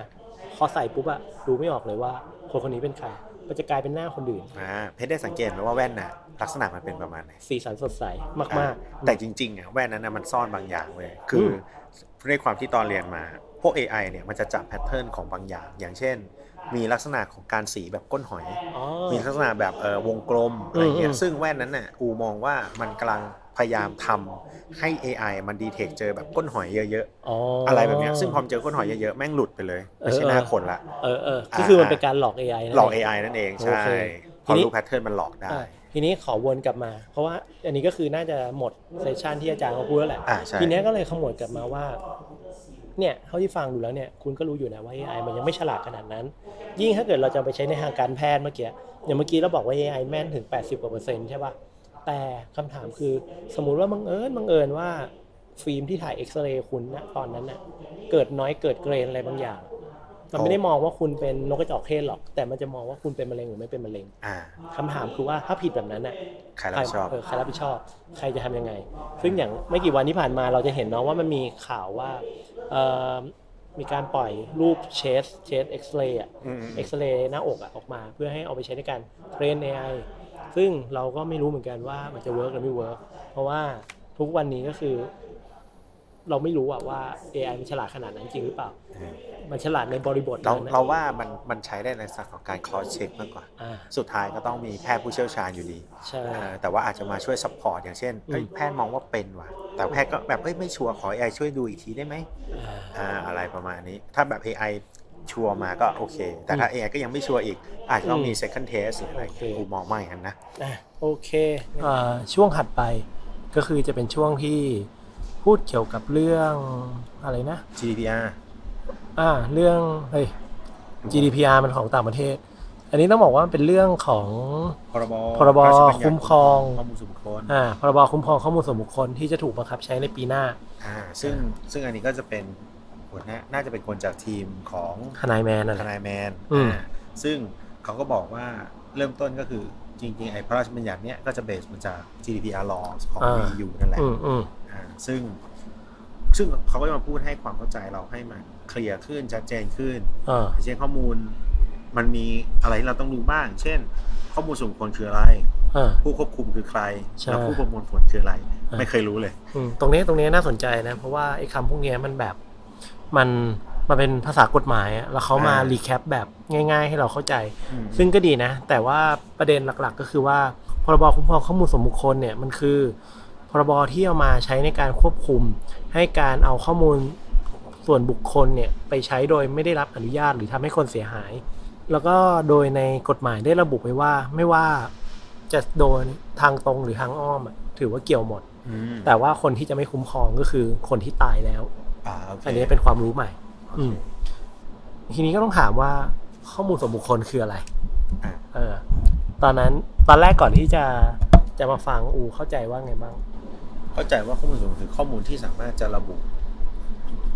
พอใส่ปุ๊บอะดูไม่ออกเลยว่า คนคนนี้เป็นใคร มันจะกลายเป็นหน้าคนอื่น
อ่าเพชรได้สังเกตไหมว่าแว่นน่ะลักษณะมันเป็นประมาณไหน
สีสันสดใสมาก
อ่แต่จริงๆอ่ะแว่นนั้นน่ะมันซ่อนบางอย่างเว้ยคืออ
ม
ด้วยความที่ตอนเรียนมา พวก AI เนี่ยมันจะจับแพทเทิร์นของบางอย่าง อย่างเช่น มีลักษณะของการสีแบบก้นหอย
ๆอ๋อ
มีลักษณะแบบเออวงกลมอะไรเงี้
อืม
ย
อืม
ซึ่งแว่นนั้นน่ะอูมองว่ามันกำลังพยายามทำให้ AI มันดีเทคเจอแบบก้นหอยเยอะ
อ๋อ
ๆ
อะ
อะไรแบบเนี้ยซึ่งพอเจอก้นหอยเยอะๆ แม่งหลุดไปเลยไม่ใช่
เออ
หน้าคนละ
เออเออ
อ่า
ก็คือมันเป็นการหลอก AI นั่น
หลอก
เง
AI นั่นเอง
โอเค
ใช่ พอ
ทีนี้
รู้แพทเทิร์นมันหลอกได้
อ่ะทีนี้ขอวนกลับมา เพราะว่าอันนี้ก็คือน่าจะหมดเซสชันที่อาจารย์เขาพูดแล้วแหละ
อ่าใช่
ทีเนี้ยก็เลยขมวดกลับมาว่า เนี่ยเท่าที่ฟังดูแล้วเนี่ย คุณก็รู้อยู่นะว่า AI มันยังไม่ฉลาดขนาดนั้น ยิ่งถ้าเกิดเราจะไปใช้ในทางการแพทย์เมื่อกี้ อย่างเมื่อกี้เราบอกว่า AI แม่นถึง 80กว่าเปอร์เซ็นต์ใช่ป่ะ แต่คำถามคือสมมุติว่าบังเอิญบังเอิญว่า ฟิล์มที่ถ่ายเอ็กซเรย์คุณนะตอนนั้นน่ะ เกิดน้อยเกิดเกรนอะไรบางอย่าง มันไม่ได้มองว่าคุณเป็นนกกระจอกเทศหรอก แต่มันจะมองว่าคุณเป็นมะเร็งหรือไม่เป็นมะเร็ง
อ่า
คำถามคือว่าถ้าผิดแบบนั้นน่ะ
ใครรับผิดชอบ
เใครรับผิดชอบ ใครจะทำยังไง ซึ่งอย่างไม่กี่วันที่ผ่านมาเราจะเห็นเนาะว่ามันมีข่าวว่าเอ่อมีการปล่อยรูปเชสเชสเอ็กซเรย์อะ
อืม
เอ็กซเรย์หน้าอกอะออกมาเพื่อให้เอาไปใช้ในการเทรน AI ซึ่งเราก็ไม่รู้เหมือนกันว่ามันจะเวิร์กหรือไม่เวิร์กเพราะว่าทุกวันนี้ก็คือ เราไม่รู้อะว่า AI มันฉลาดขนาดนั้นจริงหรือเปล่า
อืม
มันฉลาดในบริบท
เรา
นั้นนะ
เราว่ามันมันใช้ได้ในลักษณะของการคลอสเช็คมากกว่า
อ่า
สุดท้ายก็ต้องมีแพทย์ผู้เชี่ยวชาญอยู่ดี
ใช่
เอ่อแต่ว่าอาจจะมาช่วยซัพพอร์ตอย่างเช่นเอ้ย
อืม
แพทย์มองว่าเป็นว่ะ แต่แพทย์ก็แบบเอ้ยไม่ชัวร์ขอ AI ช่วยดูอีกทีได้ไหม
อ่า
อ่าอะไรประมาณนี้ ถ้าแบบ AI ชัวร์มาก็โอเค แต่ถ้า AI ก็ยังไม่ชัวร์อีก อาจจะต้องมี second test หรืออะไร
โอเค
กูมองไม่กันนะ
อ่ะโอเคอ่าช่วงถัดไปก็คือจะเป็นช่วงที่พูดเกี่ยวกับเรื่องอะไรนะ
GDPR
อ่าเรื่องเฮ้ย GDPR มันของต่างประเทศ อันนี้ต้องบอกว่ามันเป็นเรื่องของ
พรบ
พรบ
าชญญัติ
คุ้มครอง
ข้อมูลส่วนบุคคล
อ่าพรบคุ้มครองข้อมูลส่วนบุคคลที่จะถูกบังคับใช้ในปีหน้า
อ่าซึ่งซึ่งอันนี้ก็จะเป็นหัวหน้าน่าจะเป็นคนจากทีมของ
ทนายแมนนั่น
ท
แหละ
นายแมน
อืม
อ่าซึ่งเขาก็บอกว่าเริ่มต้นก็คือจริงๆ ไอ้พระราชบัญญัติเนี้ยก็จะเบสมาจาก GDPR law ของ
อ่า
EU นั่นแหละ
อืมอืม
อ่าซึ่ง ซึ่งเขาก็จะมาพูดให้ความเข้าใจเราให้มันเคลียร์ขึ้นชัดเจนขึ้น
อ่า
อย่างเช่นข้อมูลมันมีอะไรที่เราต้องรู้บ้าง เช่น ข้อมูลส่วนบุคคลคืออะไร
อ่า
ผู้ควบคุมคือใคร
ใช่
แล้วผู้ประมวลผลคืออะไร
อ่า
ไม่เคยรู้เลย
อืมตรงนี้ตรงนี้น่าสนใจนะ เพราะว่าไอ้คำพวกเนี้ยมันแบบมันมันเป็นภาษากฎหมายอะแล้วเขามา
อ่า
รีแคปแบบง่าย ๆ ให้เราเข้าใจ
อืม
ซึ่งก็ดีนะ แต่ว่าประเด็นหลักๆ ก็คือว่าพรบคุ้มครองข้อมูลส่วนบุคคลเนี่ยมันคือ พรบที่เอามาใช้ในการควบคุม ให้การเอาข้อมูลส่วนบุคคลเนี่ยไปใช้โดยไม่ได้รับอนุญาตหรือทำให้คนเสียหาย แล้วก็โดยในกฎหมายได้ระบุไว้ว่าไม่ว่าจะโดนทางตรงหรือทางอ้อมอะถือว่าเกี่ยวหมด
อืม
แต่ว่าคนที่จะไม่คุ้มครองก็คือคนที่ตายแล้ว
อ่าโอเค
อันนี้เป็นความรู้ใหม่
โอ
อื
เค
ม ทีนี้ก็ต้องถามว่าข้อมูลส่วนบุคคลคืออะไร
อ่ะ
เออ ตอนนั้นตอนแรกก่อนที่จะจะมาฟังอูเข้าใจว่าไงบ้าง
เข้าใจว่าข้อมูลส่วนบุคคลคือข้อมูลที่สามารถจะระบุ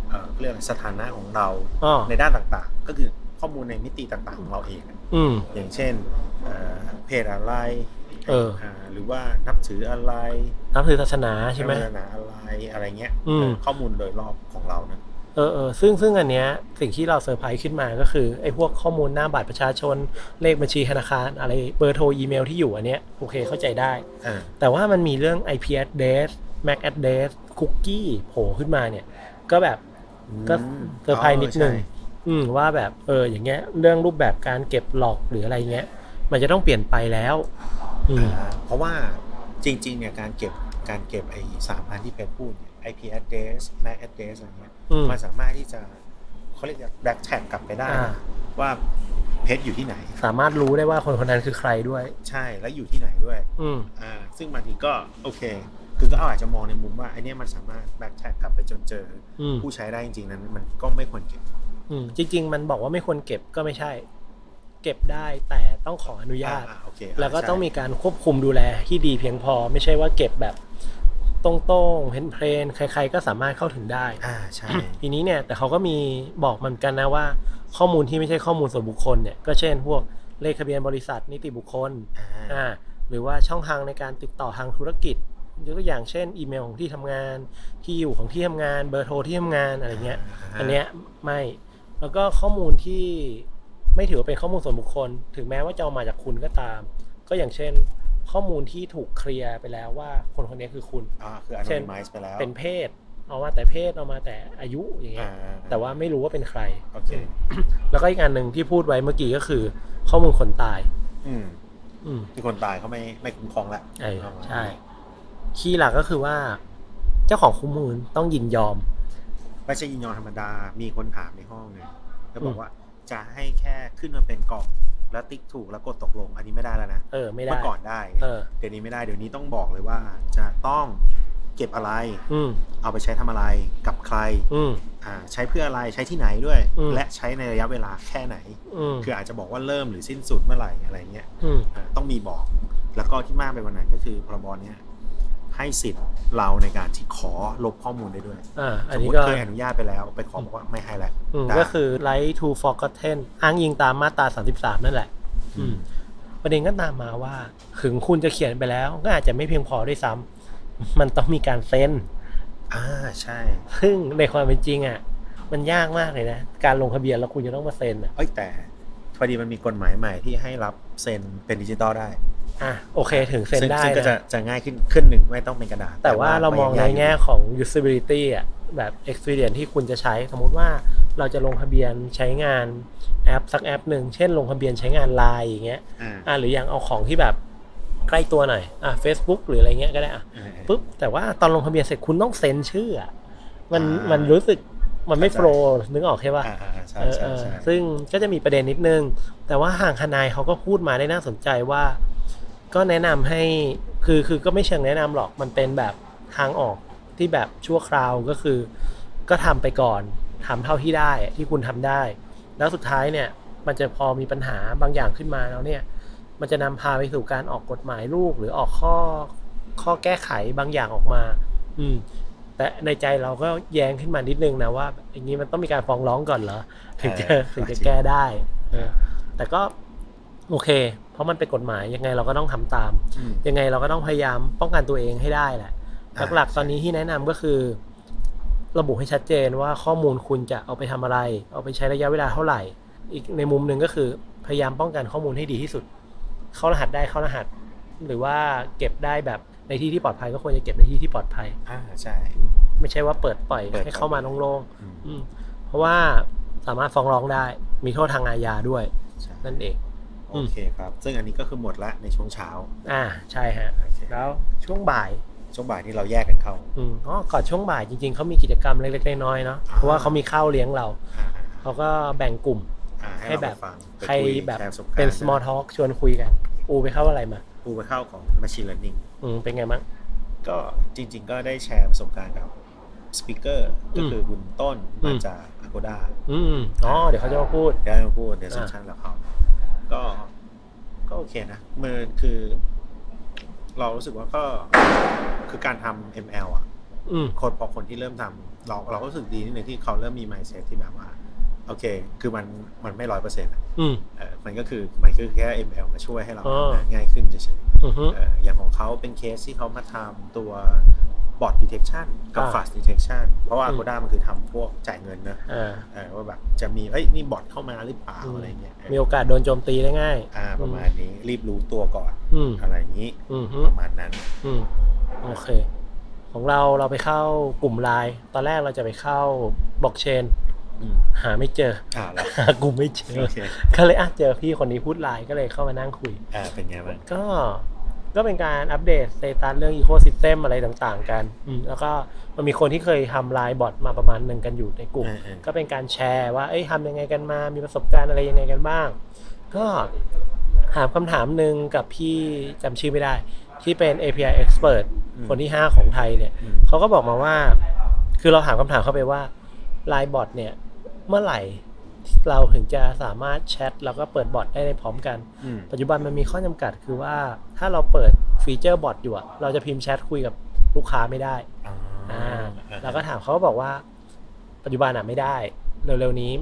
เอ่อเรียกอะไรสถานะของเรา
อ๋อ
ในด้านต่างๆ ก็คือข้อมูลในมิติต่างๆของเราเองอะ
อืม
อย่างเช่นเอ่อเพศอะไร
เออ
อ่าหรือว่านับถืออะไร
นับถือศาสนาใช่ไหม
ศาสนาอะไรอะไรเงี้ย
อืม
เออข้อมูลโดยรอบของเรานะ
เออเออซึ่งซึ่งอันเนี้ยสิ่งที่เราเซอร์ไพรส์ขึ้นมาก็คือไอ้พวกข้อมูลหน้าบัตรประชาชนเลขบัญชีธนาคาร อะไรเบอร์โทรอีเมลที่อยู่อันเนี้ยโอเคเข้าใจได้
อ่า
แต่ว่ามันมีเรื่อง IP address MAC address คุกกี้โผล่ขึ้นมาเนี่ย ก็แบบ ก็เซอร์ไพรส์นิดนึง
ใช่
อืมว่าแบบเอออย่างเงี้ยเรื่องรูปแบบการเก็บหลอกหรืออะไรเงี้ย มันจะต้องเปลี่ยนไปแล้ว อืม
อ่าเพราะว่าจริง ๆ เนี่ยการเก็บการเก็บไอ้สามพันที่เพชรพูดเนี่ย IP address MAC address อะไรเงี้ย
อืม
มันสามารถที่จะเขาเรียก back track กลับไปได้
อ่า
ว่าเพชรอยู่ที่ไหน
สามารถรู้ได้ว่าคนคนนั้นคือใครด้วย
ใช่แล้วอยู่ที่ไหนด้วย
อืม
อ่าซึ่งบางทีก็โอเค คือก็อาจจะมองในมุมว่าไอเนี้ยมันสามารถแบ็กแท็กกลับไปจนเจอ
อืม
ผู้ใช้ได้จริงๆนั้นมันก็ไม่ควรเก็บ
อืมจริง ๆ มันบอกว่าไม่ควรเก็บก็ไม่ใช่ เก็บได้แต่ต้องขออนุญาต
อ่โอเคอ่า
แล้วก็ต้องมี
ใช่
การควบคุมดูแลที่ดีเพียงพอ ไม่ใช่ว่าเก็บแบบตรงๆเห็นเพลนๆใคร ๆ ก็สามารถเข้าถึงได้
อ่าใช่
[COUGHS] ทีนี้เนี่ยแต่เขาก็มีบอกเหมือนกันนะว่า ข้อมูลที่ไม่ใช่ข้อมูลส่วนบุคคลเนี่ยก็เช่น พวกเลขทะเบียนบริษัทนิติบุคคล
อ่า
อ่าหรือว่าช่องทางในการติดต่อทางธุรกิจยกตัวอย่างเช่น อีเมลของที่ทำงาน ที่อยู่ของที่ทำงาน เบอร์โทรที่ทำงานอะไรเงี้ย
า
อันเนี้ยไม่แล้วก็ข้อมูลที่ไม่ถือว่าเป็นข้อมูลส่วนบุคคล ถึงแม้ว่าจะเอามาจากคุณก็ตาม ก็อย่างเช่น ข้อมูลที่ถูกเคลียร์ไปแล้วว่าคนคนนี้คือคุณ
อ่าคือ
เช่น
anonymize ไปแล้ว
เป็นเพศเอามาแต่เพศเอามาแต่อายุอย่างเงี้
อ่าย
แต่ว่าไม่รู้ว่าเป็นใคร
โอเค
แล้วก็อีกอันหนึ่งที่พูดไว้เมื่อกี้ก็คือ ข้อมูลคนตาย
อืม
อืม
ที่คนตายเขาไม่ไม่คุ้มครองละ
เออใช่ คีย์หลักก็คือว่า เจ้าของข้อมูลต้องยินยอม
ไม่ใช่ยินยอมธรรมดามีคนถามในห้องไงแล้วบอ
อืม
กว่าจะให้แค่ขึ้นมาเป็นกล่องแล้วติ๊กถูกแล้วกดตกลง อันนี้ไม่ได้แล้วนะ
เออ ไม่ได้
เมื่อก่อนได้ไง
เออ
เดี๋ยวนี้ไม่ได้ เดี๋ยวนี้ต้องบอกเลยว่า จะต้องเก็บอะไร
อืม
เอาไปใช้ทำอะไร กับใคร
อืม
อ่า ใช้เพื่ออะไร ใช้ที่ไหนด้วย
อืม
และใช้ในระยะเวลาแค่ไหน
อืม
คืออาจจะบอกว่าเริ่มหรือสิ้นสุดเมื่อไหร่อะไรเงี้ย
อืม
อ่า ต้องมีบอก แล้วก็ที่มากไปกว่านั้นก็คือพรบเนี้ยให้สิทธิ์เราในการที่ขอลบข้อมูลได้ด้วย
อ่าอั
ส
น
มม
นี้
ติ
ก็
เคยอนุญาตไปแล้ว ไปขอบอกว่าไม่ให้แล้ว
อืม
ได้
ก็คือ right to forgotten อ้างอิงตามมาตรา 33 นั่นแหละ อืม ประเด็นก็ตามมาว่า ถึงคุณจะเขียนไปแล้ว ก็อาจจะไม่เพียงพอด้วยซ้ำ มันต้องมีการเซ็น
อ่า ใช่
ซึ่งในความเป็นจริงอ่ะ มันยากมากเลยนะ การลงทะเบียนแล้วคุณจะต้องมาเซ็นอ่ะ
เอ้ยแต่พอดีมันมีกฎหมายใหม่ที่ให้รับเซ็นเป็นดิจิตอลได้
อ่ะโอเคถึงเซ็น
ซึ่ง
ได้
ซึ่งก็จะ
นะ
จะง่ายขึ้นขึ้นหนึ่งไม่ต้องเป็นกระดาษ
แต่ว่าเรามองในแง่ของ usability อ่ะ แบบ experience ที่คุณจะใช้ สมมุติว่าเราจะลงทะเบียนใช้งานแอปสักแอปหนึ่ง เช่น ลงทะเบียนใช้งาน Line อย่างเงี้ย
อ่า
อ่ะหรืออย่างเอาของที่แบบใกล้ตัวหน่อยอ่ะ Facebook หรืออะไรเงี้ยก็ได้อ่ะ
อ่า
ปุ๊บแต่ว่าตอนลงทะเบียนเสร็จคุณต้องเซ็นชื่ออ่ะมัน
อ่ามั
มันรู้สึกมันไม่โฟ
เข้าใจ
ล์นึกออกใช่ป่ะ
อ่าอ่าใช่
เออ
ใช่
เออ
ใช่
ซึ่งก็จะมีประเด็นนิดนึง แต่ว่าห่างคณายเขาก็พูดมาได้น่าสนใจว่า ก็แนะนำให้คือคือก็ไม่เชิงแนะนำหรอกมันเป็นแบบทางออกที่แบบชั่วคราวก็คือ ก็ทำไปก่อนทำเท่าที่ได้ที่คุณทำได้ แล้วสุดท้ายเนี่ยมันจะพอมีปัญหาบางอย่างขึ้นมาแล้วเนี่ย มันจะนำพาไปสู่การออกกฎหมายลูกหรือออกข้อข้อแก้ไขบางอย่างออกมา อืม แต่ในใจเราก็แย้งขึ้นมานิดนึงนะว่าอย่างนี้มันต้องมีการฟ้องร้องก่อนเหรอถึงจะถึงจะแก้ได้เออแต่ก็โอเค เพราะมันเป็นกฎหมายยังไงเราก็ต้องทำตาม
อืม
ยังไงเราก็ต้องพยายามป้องกันตัวเองให้ได้แหละ
อ่า
หลักๆตอนนี้ที่แนะนำก็คือ ระบุให้ชัดเจนว่าข้อมูลคุณจะเอาไปทำอะไร เอาไปใช้ระยะเวลาเท่าไหร่ อีกในมุมหนึ่งก็คือ พยายามป้องกันข้อมูลให้ดีที่สุด เข้ารหัสได้เข้ารหัส หรือว่าเก็บได้แบบในที่ที่ปลอดภัยก็ควรจะเก็บในที่ที่ปลอดภัย
อ่าใช่
ไม่ใช่ว่าเปิดปล่อย
เปิด
ให้เข้ามาโล่ง
อืม
ๆอืมเพราะว่าสามารถฟ้องร้องได้ มีโทษทางอาญาด้วย
ใช่
นั่นเอง
โอเคครับ ซึ่งอันนี้ก็คือหมดละในช่วงเช้า
อ่าใช่ฮะ
โอเค
แล้วช่วงบ่าย
ช่วงบ่ายนี่เราแยกกันเข้า
อืมอ๋อก่อนช่วงบ่ายจริงๆเขามีกิจกรรมเล็กๆน้อยๆเนาะ
อ่า
เพราะว่าเขามีข้าวเลี้ยงเรา
อ่า
เขาก็แบ่งกลุ่ม
อ่า
ให้
ให้
แบ
แบบ บฟังไป
ใคร
คุย
แบบ
ชร์ระสการณ์
เป็น small talk ชวนคุยกัน อูไปเข้าอะไรมา
กูไปเข้าของ machine learning
อืม เป็นไงบ้าง
ก็จริง ๆ ก็ได้แชร์ประสบการณ์กับสปิเกอร์ก็คือคุณต้น
อื
มาม จาก Agoda
อืม อ๋อ เดี๋ยวเขาจะมาพูด
เดี๋ยวให้มาพูดในเซสชันแล้วเขาก็ ก็โอเคนะมันคือ เรารู้สึกว่าก็คือการทำ ML อ่ะ
อืม
คนพอคนที่เริ่มทำเราเราก็รู้สึกดีนิดนึงที่เขาเริ่มมี mindset ที่แบบว่า โอเค คือมันมันไม่ร้อยเปอร์เซ็นต์
อืม
มันก็คือมันคือแค่ ML มาช่วยให้เรา
อ๋อ
ทำงานง่ายขึ้นเฉย
อือฮึ
ๆเอ่ออย่างของเขาเป็นเคสที่เขามาทำตัว บอ t detection กับ
อ่า
fast detection เพราะว่า
อืม
Agoda มันคือทำพวกจ่ายเงินนะ
อ่า
เออว่าแบบจะมีเอ้ยนี่บอทเข้ามาหรือเปล่า
อืม
อะไรเงี้ยเออ
มีโอกาสโดนโจมตีได้ง่าย
อ่าประมาณนี้รีบรู้ตัวก่อน
อืม
อะไรอย่างนี้
อืมฮึ
ประมาณนั้น
อืมโอเค ของเราเราไปเข้ากลุ่มไลน์ตอนแรกเราจะไปเข้าบล็อกเชน
อืม
หาไม่เจอ [LAUGHS]
อ่าแล้ว
หากลุ่มไม่เจอ
โอเค
ก็เลยอ่ะเจอพี่คนนี้พูดไลน์ก็เลยเข้ามานั่งคุย
อ่าเป็นไงบ้าง
ก็ ก็เป็นการอัปเดตสเตตัสเรื่องอีโค y ิสเต็มอะไรต่างๆ กันอืมแล้วก็มันมีคนที่เคยทำไลน์บอทมาประมาณหนึ่งกันอยู่ในกลุ่ม
เออเออ
ก็เป็นการแชร์ว่า เอ้ยทำยังไงกันมา มีประสบการณ์อะไรยังไงกันบ้าง ก็ถามคำถามหนึ่งกับพี่จำชื่อไม่ได้ ที่เป็น API expert คนที่ 5 ของไทยเนี่ย
อืม
เขาก็บอกมาว่า คือเราถามคำถามเข้าไปว่า l i n e บอทเนี่ย เมื่อไหร่เราถึงจะสามารถแชทแล้วก็เปิดบอทได้ในพร้อมกัน
อืม
ปัจจุบันมันมีข้อจำกัดคือว่าถ้าเราเปิดฟีเจอร์บอทอยู่อะเราจะพิมพ์แชทคุยกับลูกค้าไม่ได้
อ่า
อ่าแล้วก็ถามเขาก็บอกว่า ปัจจุบันอ่ะไม่ได้ เร็วๆนี้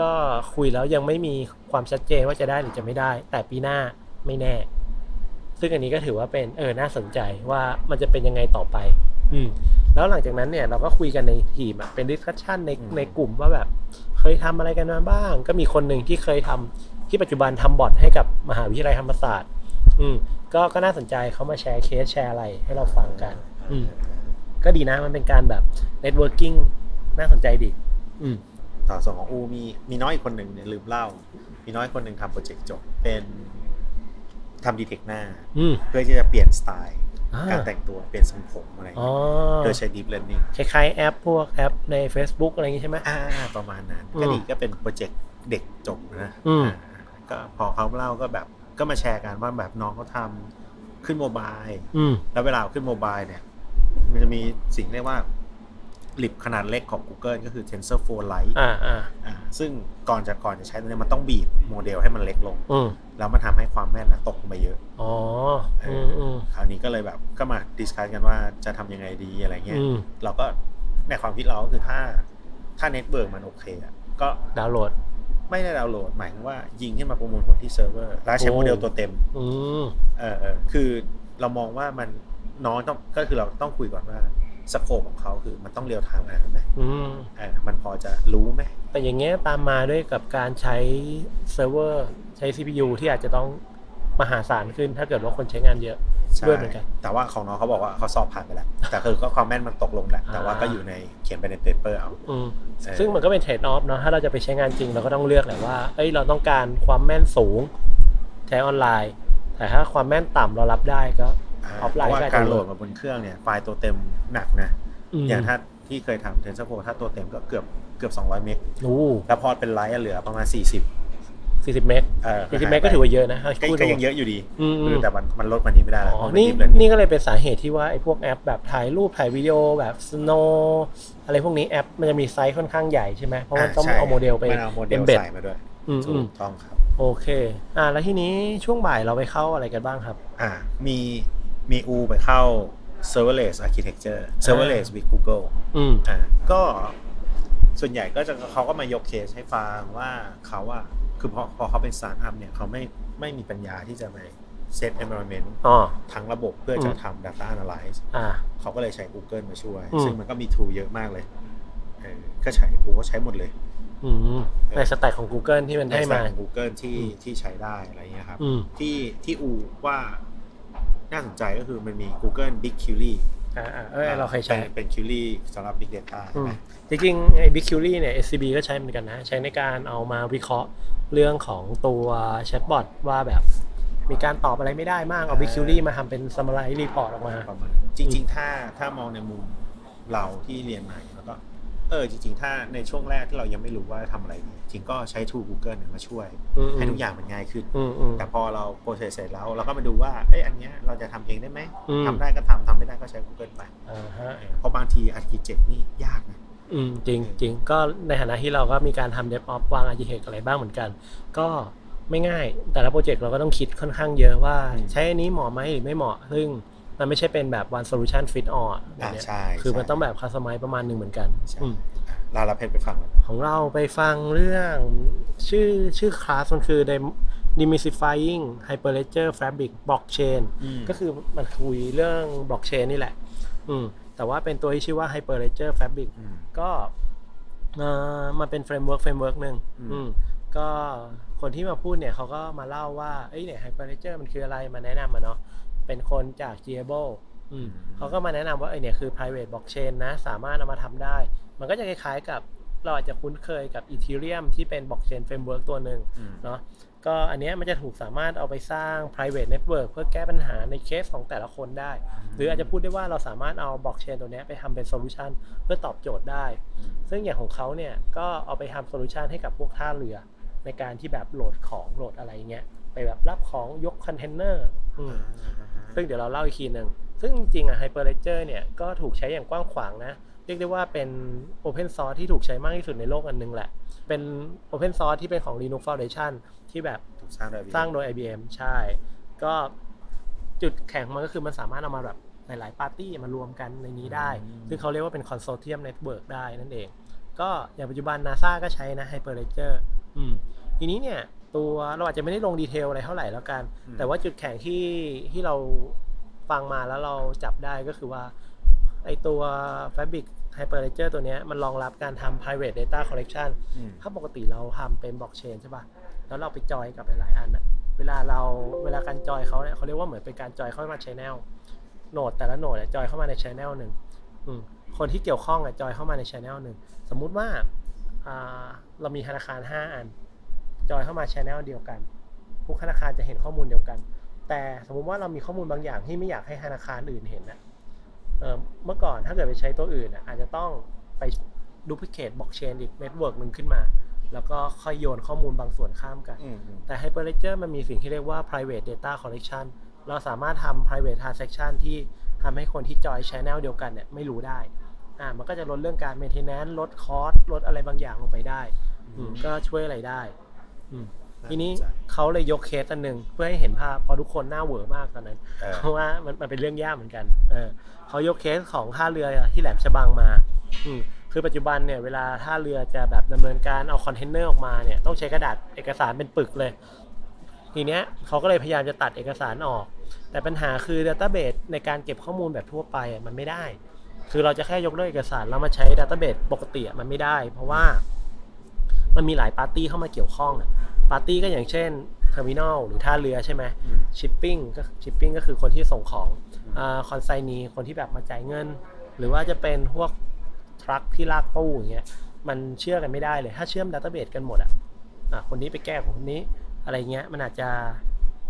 ก็คุยแล้วยังไม่มีความชัดเจนว่าจะได้หรือจะไม่ได้ แต่ปีหน้าไม่แน่ ซึ่งอันนี้ก็ถือว่าเป็นเออน่าสนใจว่ามันจะเป็นยังไงต่อไป อืม แล้วหลังจากนั้นเนี่ยเราก็คุยกันในทีมอะเป็นดิสคัชชันในในกลุ่มว่าแบบ เคยทำอะไรกันมาบ้าง ก็มีคนหนึ่งที่เคยทำที่ปัจจุบันทำบอทให้กับมหาวิทยาลัยธรรมศาสตร์ อืม ก็ก็น่าสนใจเขามาแชร์เคสแชร์อะไรให้เราฟังกัน อืม ก็ดีนะมันเป็นการแบบ networking น่าสนใจดี อืม
ต่อส่วนของอูมีมีน้อยอีกคนหนึ่งเนี่ยลืมเล่า มีน้อยคนหนึ่งทำโปรเจกต์จบเป็นทำดีเทคหน้า
อืม
เพื่อที่จะเปลี่ยนสไตล์
อ่า
การแต่งตัวเปลี่ยนทรงผมอะไรอย่าง
อ๋อ
เงี้ยโดยใช้ deep learning
คล้ายๆแอปพวกแอปใน Facebook อะไรอย่างงี้ใช่ไหม
อ่าประมาณนั้น
อืม
ก็ดีก็เป็นโปรเจกต์เด็กจบนะ
อืม
อ่าก็พอเขาเล่าก็แบบก็มาแชร์กันว่าแบบน้องเขาทำขึ้นโมบาย
อืม
แล้วเวลาเอาขึ้นโมบายเนี่ย มันจะมีสิ่งเรียกว่าลิบขนาดเล็กของ Google ก็คือ TensorFlow Lite
อ่าอ่า
อ่าซึ่งก่อนจะก่อนจะใช้ตัวเนี้ยมันต้องบีบโมเดลให้มันเล็กลง
อืม
แล้วมันทำให้ความแม่นนะตกลงไปเยอะ
อ๋อ อืมอืม
คราวนี้ก็เลยแบบก็มาดิสคัสกันว่าจะทำยังไงดีอะไรเงี้ย
อืม
เราก็ในความคิดเราก็คือถ้าถ้าเน็ตเวิร์กมันโอเคอ่ะก็
ดาวน์โหลด
ไม่ได้ดาวน์โหลดหมายถึงว่ายิงขึ้นมาประมวลผลที่เซิร์ฟเวอร์แล้วใช้โมเดลตัวเต็ม
อืม
เออเออคือเรามองว่ามันน้อยต้องก็คือเราต้องคุยก่อนว่าสโคปของเขาคือมันต้องเรียลไทม์ขนาดนั้นไหม
อืม
เออมันพอจะรู้ไหม
แต่อย่างเงี้ยตามมาด้วยกับการใช้เซิร์ฟเวอร์ใช้ CPU ที่อาจจะต้องมหาศาลขึ้นถ้าเกิดว่าคนใช้งานเยอะ
ใช่
ด้วยเหมือนกัน
แต่ว่าของน้องเขาบอกว่าเขาสอบผ่านไปแล้ว แต่คือก็ความแม่นมันตกลงแหละแต่ว่าก็
อ่า
อยู่ในเขียนไปในเปเปอร์เอา
อืม
เออ
ซึ่งมันก็เป็นเทรดออฟเนาะ ถ้าเราจะไปใช้งานจริงเราก็ต้องเลือกแหละว่า เอ้ย เราต้องการความแม่นสูง ใช้ออนไลน์ แต่ถ้าความแม่นต่ำเรารับได้ก็
า
ออฟ
เพ
ไลน์
ราะว่า
ก็อาจจะ
การโหลดมาบนเครื่องเนี่ยไฟล์ตัวเต็มหนักนะ
ม
อย่างถ้าที่เคยทำเทนเซอร์โฟถ้าตัวเต็มก็เกือบเกือบ 200 เมก
อู้
แล้วพอเป็นไลท์อะเหลือประมาณ 40
สี่สิบเมก
เออ
สี่สิบเมกก็ถือว่าเยอะนะ
ก็ก็ยังเยอะอยู่ดี
อืมอื
คื
ม
อแต่มันมันลดกวันนี้ไม่ได้แล้ว
อ๋อ
เพราะมั
นี่
ดิฟเลย
นี่ก็เลยเป็นสาเหตุที่ว่าไอ้พวกแอปแบบถ่ายรูปถ่ายวิดีโอแบบ Snow อะไรพวกนี้แอปมันจะมีไซส์ค่อนข้างใหญ่ใช่ไหมเพราะมันต้อง
ใช่
เอาโมเดลไป
นเอาโมเดล
embed
ใส่มาด้วย
อืม
ถู
อืม
กต้องครับ
โอเค อ่า แล้วทีนี้ช่วงบ่ายเราไปเข้าอะไรกันบ้างครับ
อ่ามีมีอูไปเข้า serverless architecture serverless with Google
อืม
อ่าก็ส่วนใหญ่ก็จะเขาก็มายกเคสให้ฟังว่าเขาอะคือพอพอเขาเป็นสตาร์ทอัพเนี่ยเขาไม่ไม่มีปัญญาที่จะไปเซต environment
อ๋อ
ทั้งระบบเพื่อจะทำ Data Analyze
อ่า
เขาก็เลยใช้ Google มาช่วย
อืม
ซึ่งมันก็มี tool เยอะมากเลยเออก็ใช้กูก็ใช้หมดเลย
อืม ในสแต็กของ Google ที่มันให้มา
ในสายของ Google ที่
อืม
ที่ใช้ได้อะไรเงี้ยครับ
อืม
ที่ที่อูว่าน่าสนใจก็คือมันมี Google Big Query
อ่าๆเอยเราเคยใช้
ป็นเป็น Query สำหรับ Big Data ใช่ไหม
อืม จริงๆไอ้ Big Query เนี่ย SCB ก็ใช้เหมือนกันนะ ใช้ในการเอามาวิเคราะห์เรื่องของตัวแชทบอทว่าแบบมีการตอบอะไรไม่ได้มาก เอา Big Query มาทำเป็น summary report ออกมา
ประมาณจริง ๆ ถ้าถ้ามองในมุมเราที่เรียนมาแล้วก็เออจริง ๆ ถ้าในช่วงแรกที่เรายังไม่รู้ว่าทำอะไรดีจริงก็ใช้ tool Google เนี่ยมาช่วย
อืมๆ
ให้ทุกอย่างมันง่ายขึ้น
อืมอืม
แต่พอเราโปรเซสเสร็จแล้วเราก็มาดูว่า เอ้ยอันเนี้ยเราจะทำเองได้ไหม
อืม
ทำได้ก็ทำทำไม่ได้ก็ใช้ Google ไป
อ่าฮะ
เพราะบางทีอาร์คิเจกนี่ยากนะ
อืมจริงจริงก็ในฐานะที่เราก็มีการทำ DevOps วาง Architect อะไรบ้างเหมือนกัน ก็ไม่ง่าย แต่ละโปรเจกต์เราก็ต้องคิดค่อนข้างเยอะว่าใช้อันนี้เหมาะไหมหรือไม่เหมาะ ซึ่งมันไม่ใช่เป็นแบบ one solution fit all อะแบบ
อ่า
เนี้ย
ใช่
คือมัน
ใช่
ต้องแบบ customize ประมาณหนึ่งเหมือนกัน
ใช่
อืม
ลาลาเพชรไปฟังแล้ว
ของเราไปฟังเรื่องชื่อชื่อคลาสมันคือ Dem- demystifying hyperledger fabric blockchain
อืม
ก็คือมันคุยเรื่องบล็อกเชนนี่แหละ อืมแต่ว่าเป็นตัวที่ชื่อว่า Hyperledger Fabric
อืม
ก็เอ่อมันเป็นเฟรมเวิร์กเฟรมเวิร์กหนึ่ง
อืม
อืมก็คนที่มาพูดเนี่ยเขาก็มาเล่าว่าเอ้ยเนี่ย Hyperledger มันคืออะไรมาแนะนำมาเนาะเป็นคนจาก g a b l e อืมเขาก็มาแนะนำว่าเอ้ยเนี่ยคือ private blockchain นะ สามารถเอามาทำได้ มันก็จะคล้ายๆกับเราอาจจะคุ้นเคยกับ Ethereum ที่เป็น blockchain framework ตัวหนึ่ง
อืม
เนาะก็อันเนี้ยมันจะถูกสามารถเอาไปสร้าง private network เพื่อแก้ปัญหาในเคสของแต่ละคนได้ หรืออาจจะพูดได้ว่าเราสามารถเอาบล็อกเชนตัวเนี้ยไปทำเป็น solution เพื่อตอบโจทย์ได้ ซึ่งอย่างของเขาเนี่ยก็เอาไปทำ solution ให้กับพวกท่าเรือ ในการที่แบบโหลดของโหลดอะไรเงี้ยไปแบบรับของยกคอนเทนเนอร์อืม ซึ่งเดี๋ยวเราเล่าอีกทีหนึ่ง ซึ่งจริงๆอ่ะ Hyperledger เนี่ยก็ถูกใช้อย่างกว้างขวางนะ เรียกได้ว่าเป็น Open Source ที่ถูกใช้มากที่สุดในโลกอันหนึงแหละ เป็น Open Source ที่เป็นของ Linux Foundation ที่แบบ
ถูกสร้างโดย
สร้างโดย IBM ใช่ ก็จุดแข็งมันก็คือมันสามารถเอามาแบบหลายๆปาร์ตี้มารวมกันในนี้ได้
อืม
ซึ่งเขาเรียกว่าเป็น Consortium Network ได้นั่นเอง ก็อย่างปัจจุบัน NASA ก็ใช้นะ Hyperledger อืมทีนี้เนี่ยตัวเราอาจจะไม่ได้ลงดีเทลอะไรเท่าไหร่แล้วกัน แต่ว่าจุดแข็งที่ที่เราฟังมาแล้วเราจับได้ก็คือว่าไอตัว Fabric Hyperledger ตัวเนี้ยมันรองรับการทำ private data collection
อืม
ถ้าปกติเราทำเป็นบล็อกเชนใช่ป่ะ แล้วเราไปจอยกับหลายๆอันอะเวลาเราเวลาการจอยเขาเนี่ยเขาเรียกว่าเหมือนเป็นการจอยเข้ามาชแนลโหนดแต่ละโหนดเนี่ยจอยเข้ามาในชแนลหนึ่งอืมคนที่เกี่ยวข้องอะจอยเข้ามาในชแนลหนึ่งสมมุติว่าอ่าเรามีธนาคาร 5 อัน จอยเข้ามาชแนลเดียวกัน ทุกธนาคารจะเห็นข้อมูลเดียวกัน แต่สมมุติว่าเรามีข้อมูลบางอย่างที่ไม่อยากให้ธนาคารอื่นเห็นนะเอ่อเมื่อก่อนถ้าเกิดไปใช้ตัวอื่นน่ะอาจจะต้องไปดูพิเคทบล็อกเชนอีกเน็ตเวิร์กหนึ่งขึ้นมา แล้วก็ค่อยโยนข้อมูลบางส่วนข้ามกัน
อืมอืม
แต่ Hyperledger มันมีสิ่งที่เรียกว่า private data collection เราสามารถทำ private transaction ที่ทำให้คนที่จอย channel เดียวกันเนี่ยไม่รู้ได้ อ่า มันก็จะลดเรื่องการ maintenance ลด cost ลดอะไรบางอย่างลงไปได้ อืมก็ช่วยอะไรได้ อืม ทีนี้เขาเลยยกเคสอันหนึ่งเพื่อให้เห็นภาพเพราะทุกคนหน้าเหวอมากตอนนั้น
เออ
เพราะว่ามันมันเป็นเรื่องยากเหมือนกันเออเขายกเคสของท่าเรือที่แหลมฉบังมาอืมคือปัจจุบันเนี่ยเวลาท่าเรือจะแบบดำเนินการเอาคอนเทนเนอร์ออกมาเนี่ยต้องใช้กระดาษเอกสารเป็นปึกเลย ทีเนี้ยเขาก็เลยพยายามจะตัดเอกสารออก แต่ปัญหาคือ Database ในการเก็บข้อมูลแบบทั่วไปอ่ะมันไม่ได้ คือเราจะแค่ยกเลิกเอกสารแล้วมาใช้ Database ปกติอ่ะมันไม่ได้ เพราะว่ามันมีหลายปาร์ตี้เข้ามาเกี่ยวข้องอ่ะปาร์ตี้ก็อย่างเช่นเทอร์มินอลหรือท่าเรือใช่ไหม
อืม
ชิปปิ้งก็ชิปปิ้งก็คือคนที่ส่งของ
อืม
คอนไซนีคนที่แบบมาจ่ายเงิน หรือว่าจะเป็นพวกทรัคที่ลากตู้อย่างเงี้ยมันเชื่อกันไม่ได้เลย ถ้าเชื่อมดัตเตอร์เบสกันหมดอ่ะอ่ะคนนี้ไปแก้ของคนนี้อะไรเงี้ยมันอาจจะ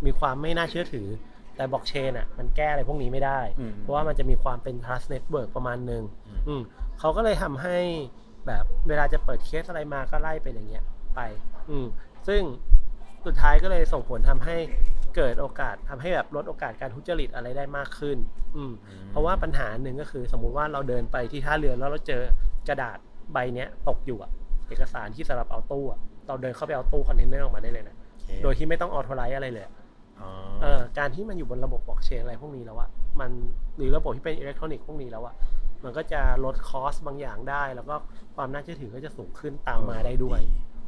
มีความไม่น่าเชื่อถือ แต่บล็อกเชนอ่ะมันแก้อะไรพวกนี้ไม่ได้
อืม
เพราะว่ามันจะมีความเป็น trust network ประมาณหนึ่ง
อืม
อืมเขาก็เลยทำให้แบบเวลาจะเปิดเคสอะไรมาก็ไล่ไปอย่างเงี้ยไป อืมซึ่งสุดท้ายก็เลยส่งผลทำให้เกิดโอกาสทำให้แบบลดโอกาสการทุจริตอะไรได้มากขึ้น อืม
อืม
เพราะว่าปัญหาหนึ่งก็คือสมมุติว่าเราเดินไปที่ท่าเรือแล้วเราเจอกระดาษใบเนี้ยตกอยู่อะเอกสารที่สำหรับเอาตู้อะเราเดินเข้าไปเอาตู้คอนเทนเนอร์ออกมาได้เลยนะ
โอเค
โดยที่ไม่ต้องออโทไลท์อะไรเลยอะ
อ๋อ
เอ่อการที่มันอยู่บนระบบบล็อกเชนอะไรพวกนี้แล้วอะมันหรือระบบที่เป็นอิเล็กทรอนิกส์พวกนี้แล้วอะมันก็จะลดคอสบางอย่างได้ แล้วก็ความน่าเชื่อถือก็จะสูงขึ้นตามมาได้ด้วย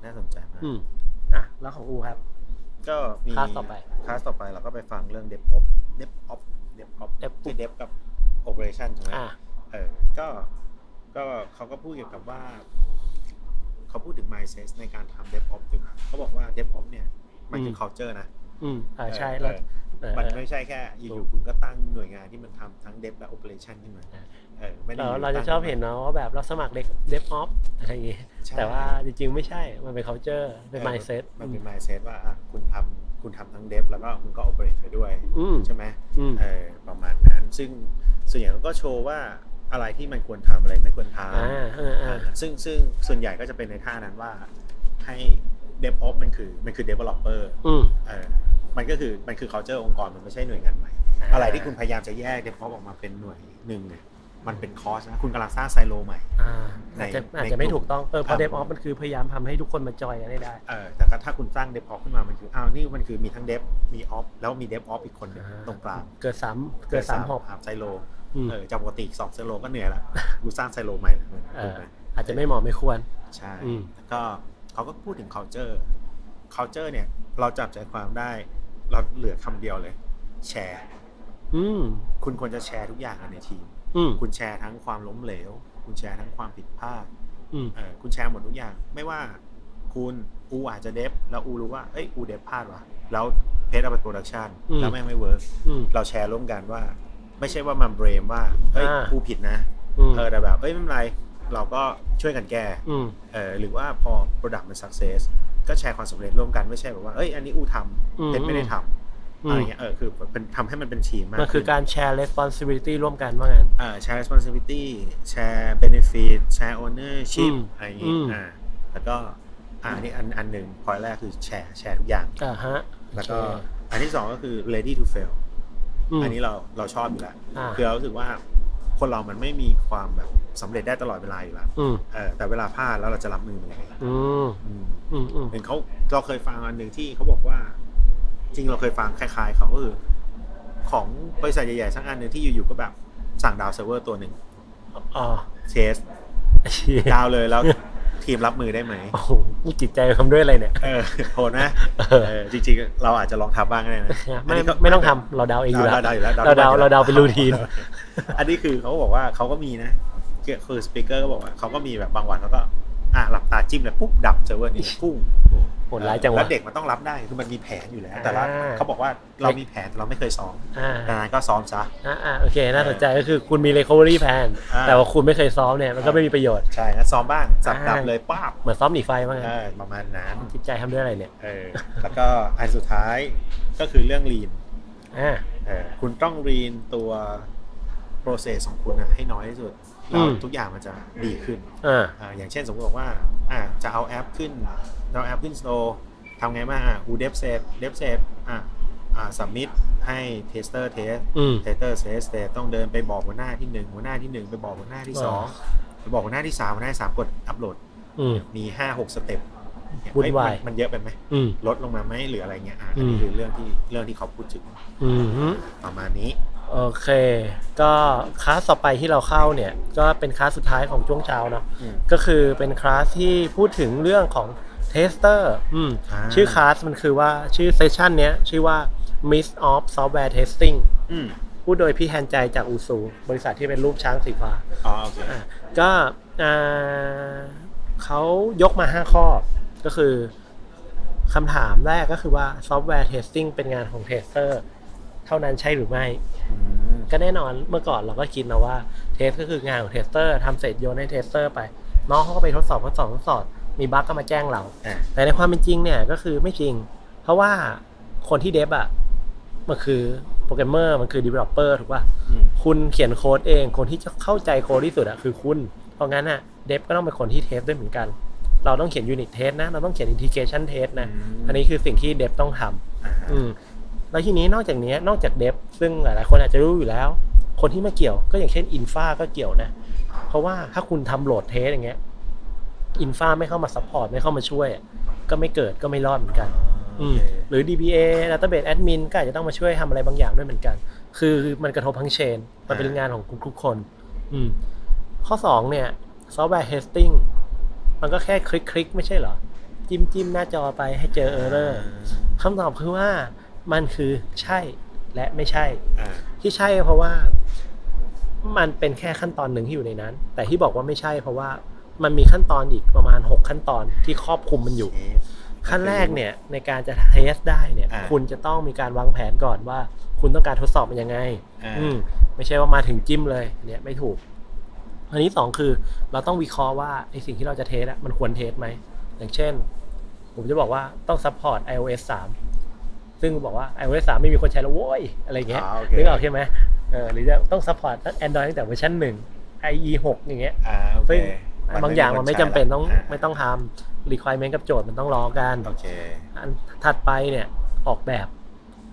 น่าสนใจมาก
อืมอ่ะแล้วของอูครับ
ก็มี
คลาสต่อไป
คลาสต่อไปเราก็ไปฟังเรื่อง DevOps DevOps DevOps
DevOps
คือ Dev กับ Operation ใช่ไหม
อ่ะ
เออก็ก็เขาก็พูดเกี่ยวกับว่า เขาพูดถึง mindset ในการทำ DevOps อยู่นะเขาบอกว่า DevOps เนี่ย มันคือ culture นะ
อืมอ่าใช่
เออ
แล้ว
เออ
เออ
มัน
เออ
ไม่ใช่แค่อ
ถู
ยู่
ก
ๆคุณก็ตั้งหน่วยงานที่มันทำทั้ง Dev และ Operation ขึ้นมาเออไม่ได้
เรา
ยู่
เราจะ
ตั้ง
ชอบเห็นเนาะว่าแบบเราสมัครเด็กเดฟออฟอะไรอย่างงี้
ใช่
แต่ว่าจริงๆไม่ใช่มันเป็น culture เป็น
เออ
mindset
มันเป็น mindset ว่าอ่ะคุณทำคุณทำทั้ง Dev แล้วก็คุณก็ operate ไปด้วย
อืม
ใช่ไหม
อืม
เออประมาณนั้น ซึ่งส่วนใหญ่ก็โชว์ว่าอะไรที่มันควรทำอะไรไม่ควรทำ
อ่าเออเอ
อ่า
อ
ซึ่งซึ่งส่วนใหญ่ก็จะเป็นในท่านั้นว่าให้ DevOps มันคือมันคือ Developer
อืม
เออมันก็คือมันคือ culture องค์กรมันไม่ใช่หน่วยงานใหม่ อะไรที่คุณพยายามจะแยก DevOps ออกมาเป็นหน่วยหนึ่งเนี่ยมันเป็นคอสนะคุณกำลังสร้างไซโลใหม่
อ่า
ใน
อาจจะอาจ
ใน
จะไม่
กลุ่ม
ถูกต้องเออเพอ
ค
เด
รับ
ฟออฟมันคือพยายามทำให้ทุกคนมาจอยกันให้ได้
เออแต่ก็ถ้าคุณสร้าง DevOps ขึ้นมามันคืออ้าวนี่มันคือมีทั้ง Dev มี Ops แล้วมี DevOps อีกคนหนึ่งตรงกลาง
เกิดสามเกิดสามหก
ไซโล
อืม
เออจากปกติสองไซโลก็เหนื่อยละ [LAUGHS] กูสร้างไซโลใหม่ละ
เออ
ถูกไหม
อาจจะไม่เหมาะไม่ควร
ใช่
อืม
แล้วก็เขาก็พูดถึง culture culture เนี่ย เราจับใจความได้ เราเหลือคำเดียวเลย แชร์
อืม
คุณควรจะแชร์ทุกอย่างกันในทีม
อืม
คุณแชร์ทั้งความล้มเหลว คุณแชร์ทั้งความผิดพลาด
อืม
เออคุณแชร์หมดทุกอย่าง ไม่ว่า คุณอูอาจจะเดฟแล้วอูรู้ว่าเอ้ยอูเดฟพลาดว่ะแล้วเพจเอาไปโปรดักชัน
อืม
แล้วแม่งไม่เวิร์ก
อืม
เราแชร์ร่วมกันว่า ไม่ใช่ว่ามาเบรมว่าเฮ้ย
อ่า
กูผิดนะ
อืม
เออแต่แบบเอ้ยไม่เป็นไรเราก็ช่วยกันแก้
อืม
เออหรือว่าพอ Product มัน success ก็แชร์ความสำเร็จร่วมกันไม่ใช่แบบว่าเอ้ยอันนี้อูท
อืม
ำเพชรไม่ได้ทำ
อื
อะไร
ม
เงี้ยเออคือเป็นทำให้มันเป็นทีมมาก
มันคือ
ขึ้
การแชร์ responsibility ร่วมกันว่างั้น
อ่าแชร์ responsibility แชร์ benefit แชร์ ownership
อืม
อะไรอย่างงี้
อืม
อ่าแล้วก็อ่าอันนี้อันอันหนึ่งพอยแรกคือแชร์แชร์ทุกอย่าง
อ่าฮะ
แล้วก็
โอเค
อันที่สองก็คือ ready to fail
อืม
อันนี้เราเราชอบอยู่แล้ว
อ่า
คือเรารู้สึกว่าคนเรามันไม่มีความแบบสำเร็จได้ตลอดเวลาอยู่แล้ว
อืม
เออแต่เวลาพลาดแล้วเราจะรับมือมันยังไงล่ะ
อืม
อืม
อืมอืม
เห็นเขาเราเคยฟังอันหนึ่งที่เขาบอกว่า จริงเราเคยฟังคล้ายๆเขาก็คือของบริษัทใหญ่ๆสักอันหนึ่งที่อยู่ๆก็แบบสั่งดาวเซิร์ฟเวอร์ตัวหนึ่ง
อ๋อ
เชส
เชี่ย
ดาว
[LAUGHS]
เลยแล้ว ทีมรับมือได้ไหม
โอ้โหนี่จิตใจทำด้วยอะไรเนี่ย
เอ
[LAUGHS]
อโหดนะ
เออ
เออจริงๆเราอาจจะลองทำบ้างก็ได้นะ
[LAUGHS] ไม่
นนี้ก็
ไม่ต้องทำเราเดาเองอยู่แล้ว
เราเดาอยู่แล้ว
เราเดา
อยู่แล้ว
เราเดาเป็นรูทีน
อันนี้คือเขาบอกว่าเขาก็มีนะคือคือสปีกเกอร์ก็บอกว่าเขาก็มีแบบบางวันเขาก็อ่ะหลับตาจิ้มเลยปุ๊บดับเซิร์ฟเวอร์นี้พุ่ง
โหดร้ายจังวะ
แล้วเด็กมันต้องรับได้คือมันมีแผนอยู่แล้ว แต่ละ
อ่า
เขาบอกว่าเรามีแผนแต่เราไม่เคยซ้อม
อ่า
ดังนั้นก็ซ้อมซะ
อ่าอ่าโอเคน่าสนใจก็คือคุณมี recovery plan
อ่า
แต่ว่าคุณไม่เคยซ้อมเนี่ยมันก็ไม่มีประโยชน์
ใช่นะซ้อมบ้างจับดับ
อ่า
เลยป้าบ
เหมือนซ้อมหนีไฟว่างั้น
เออประมาณนั้น
จิตใจทำด้วยอะไรเนี่ย
เออแล้วก็อันสุดท้ายก็คือเรื่อง lean
อ่า
เออคุณต้อง lean ตัว process ของคุณอะให้น้อยที่สุดแล้ว
อืม
ทุกอย่างมันจะดีขึ้น
อ่า
อ่าอย่างเช่นสมมติบอกว่าอ่าจะเอาแอปขึ้นเราแอปขึ้น store ทำไงบ้างอ่ะอูเดฟเซฟเดฟเซฟอ่ะอ่า submit ให้ tester test
อืม
เทเตอร์เซสเตต้องเดินไปบอกหัวหน้าที่หนึ่งหัวหน้าที่หนึ่งไปบอกหัวหน้าที่สอง
ว้า
ไปบอกหัวหน้าที่สามหัวหน้าที่สามกดอัปโหลด
อืม
มีห้าหกสเต็ป
วุ่นวาย
เอ้มันมันเยอะไปไหม
อืม
ลดลงมาไหมหรืออะไรเงี้ยอ่ะ
อื
อัน
ม
นี้คือเรื่องที่เรื่องที่เขาพูดถึง
อืม
ประมาณนี้
โอเค ก็คลาสต่อไปที่เราเข้าเนี่ย ก็เป็นคลาสสุดท้ายของช่วงเช้าเนาะ
อืม
ก็คือเป็นคลาสที่พูดถึงเรื่องของเทสเตอร์อืม
า
ชื่อคลาสมันคือว่าชื่อเซสชันเนี้ยชื่อว่า Miss of Software Testing
อืม
พูดโดยพี่แฮนใจจากอูซู บริษัทที่เป็นรูปช้างสีฟ้า
อ๋อโอเค
อ่ะก็อ่าเขายกมา 5 ข้อ ก็คือคำถามแรกก็คือว่าซอฟต์แวร์เทสติ้งเป็นงานของเทสเตอร์เท่านั้นใช่หรือไม่
อืม
ก็แน่นอนเมื่อก่อนเราก็คิดนะว่าเทสก็คืองานของเทสเตอร์ทำเสร็จโยนให้เทสเตอร์ไป น้องเขาก็ไปทดสอบทดสอบทดสอบมีบั๊กก็มาแจ้งเรา
อ่ะ
แต่ในความเป็นจริงเนี่ยก็คือไม่จริง เพราะว่าคนที่เดฟอะมันคือโปรแกรมเมอร์มันคือ developer ถูกป่ะ
อืม
คุณเขียนโค้ดเองคนที่จะเข้าใจโค้ดที่สุดอะคือคุณ เพราะงั้นอะเดฟก็ต้องเป็นคนที่เทสด้วยเหมือนกัน เราต้องเขียนยูนิตเทสนะ เราต้องเขียนอินทิเกชันเทสนะ อันนี้คือสิ่งที่เดฟต้องทำ
อ่า
อืมแล้วทีนี้นอกจากนี้นอกจากเดฟซึ่งหลายๆคนอาจจะรู้อยู่แล้ว คนที่ไม่เกี่ยวก็อย่างเช่นอินฟาก็เกี่ยวนะ เพราะว่าถ้าคุณทำโหลดเทสอย่างเงี้ยอินฟาไม่เข้ามาซัพพอร์ตไม่เข้ามาช่วยอะก็ไม่เกิดก็ไม่รอดเหมือนกัน
โอ
อืม
เค
หรือ DBA Database Admin ก็อาจจะต้องมาช่วยทำอะไรบางอย่างด้วยเหมือนกัน คือมันกระทบทั้งเชน มันเป็นงานของทุกๆคน อืม ข้อ 2 เนี่ยซอฟต์แวร์เทสติ้งมันก็แค่คลิกคลิกๆไม่ใช่เหรอ จิ้มจิ้มหน้าจอไปให้เจอเออร์เรอร์คำตอบคือว่ามันคือใช่และไม่ใช่
อ่า
ที่ใช่เพราะว่ามันเป็นแค่ขั้นตอนหนึ่งที่อยู่ในนั้น แต่ที่บอกว่าไม่ใช่เพราะว่ามันมีขั้นตอนอีกประมาณ 6 ขั้นตอนที่ครอบคลุมมันอยู่
โเค
ขั้นแรกเนี่ยในการจะเทสได้เนี่ย
อ่า
คุณจะต้องมีการวางแผนก่อนว่า คุณต้องการทดสอบมันยังไง
อ่า
อืมไม่ใช่ว่ามาถึงจิ้มเลยอันเนี่ยไม่ถูก อันนี้สองคือเราต้องวิเคราะห์ว่าไอสิ่งที่เราจะเทสอะมันควรเทสไหม อย่างเช่น ผมจะบอกว่าต้องซัพพอร์ต iOS 3 ซึ่งบอกว่า iOS 3 ไม่มีคนใช้แล้วโว้ยอะไรเงี้ย
าโเค
นึกออกใช่ไหมเออหรือจะต้องซัพพอร์ต Android ตั้งแต่เวอร์ชันหนึ่ง IE 6อย่างเงี้ย
อ่าโอเค
ซึ่ง บางอย่างมันไม่จำเป็นต้อง
า
ไม่ต้องทำ requirement กับโจทย์มันต้องรอกัน
โอเค
อันถัดไปเนี่ยออกแบบ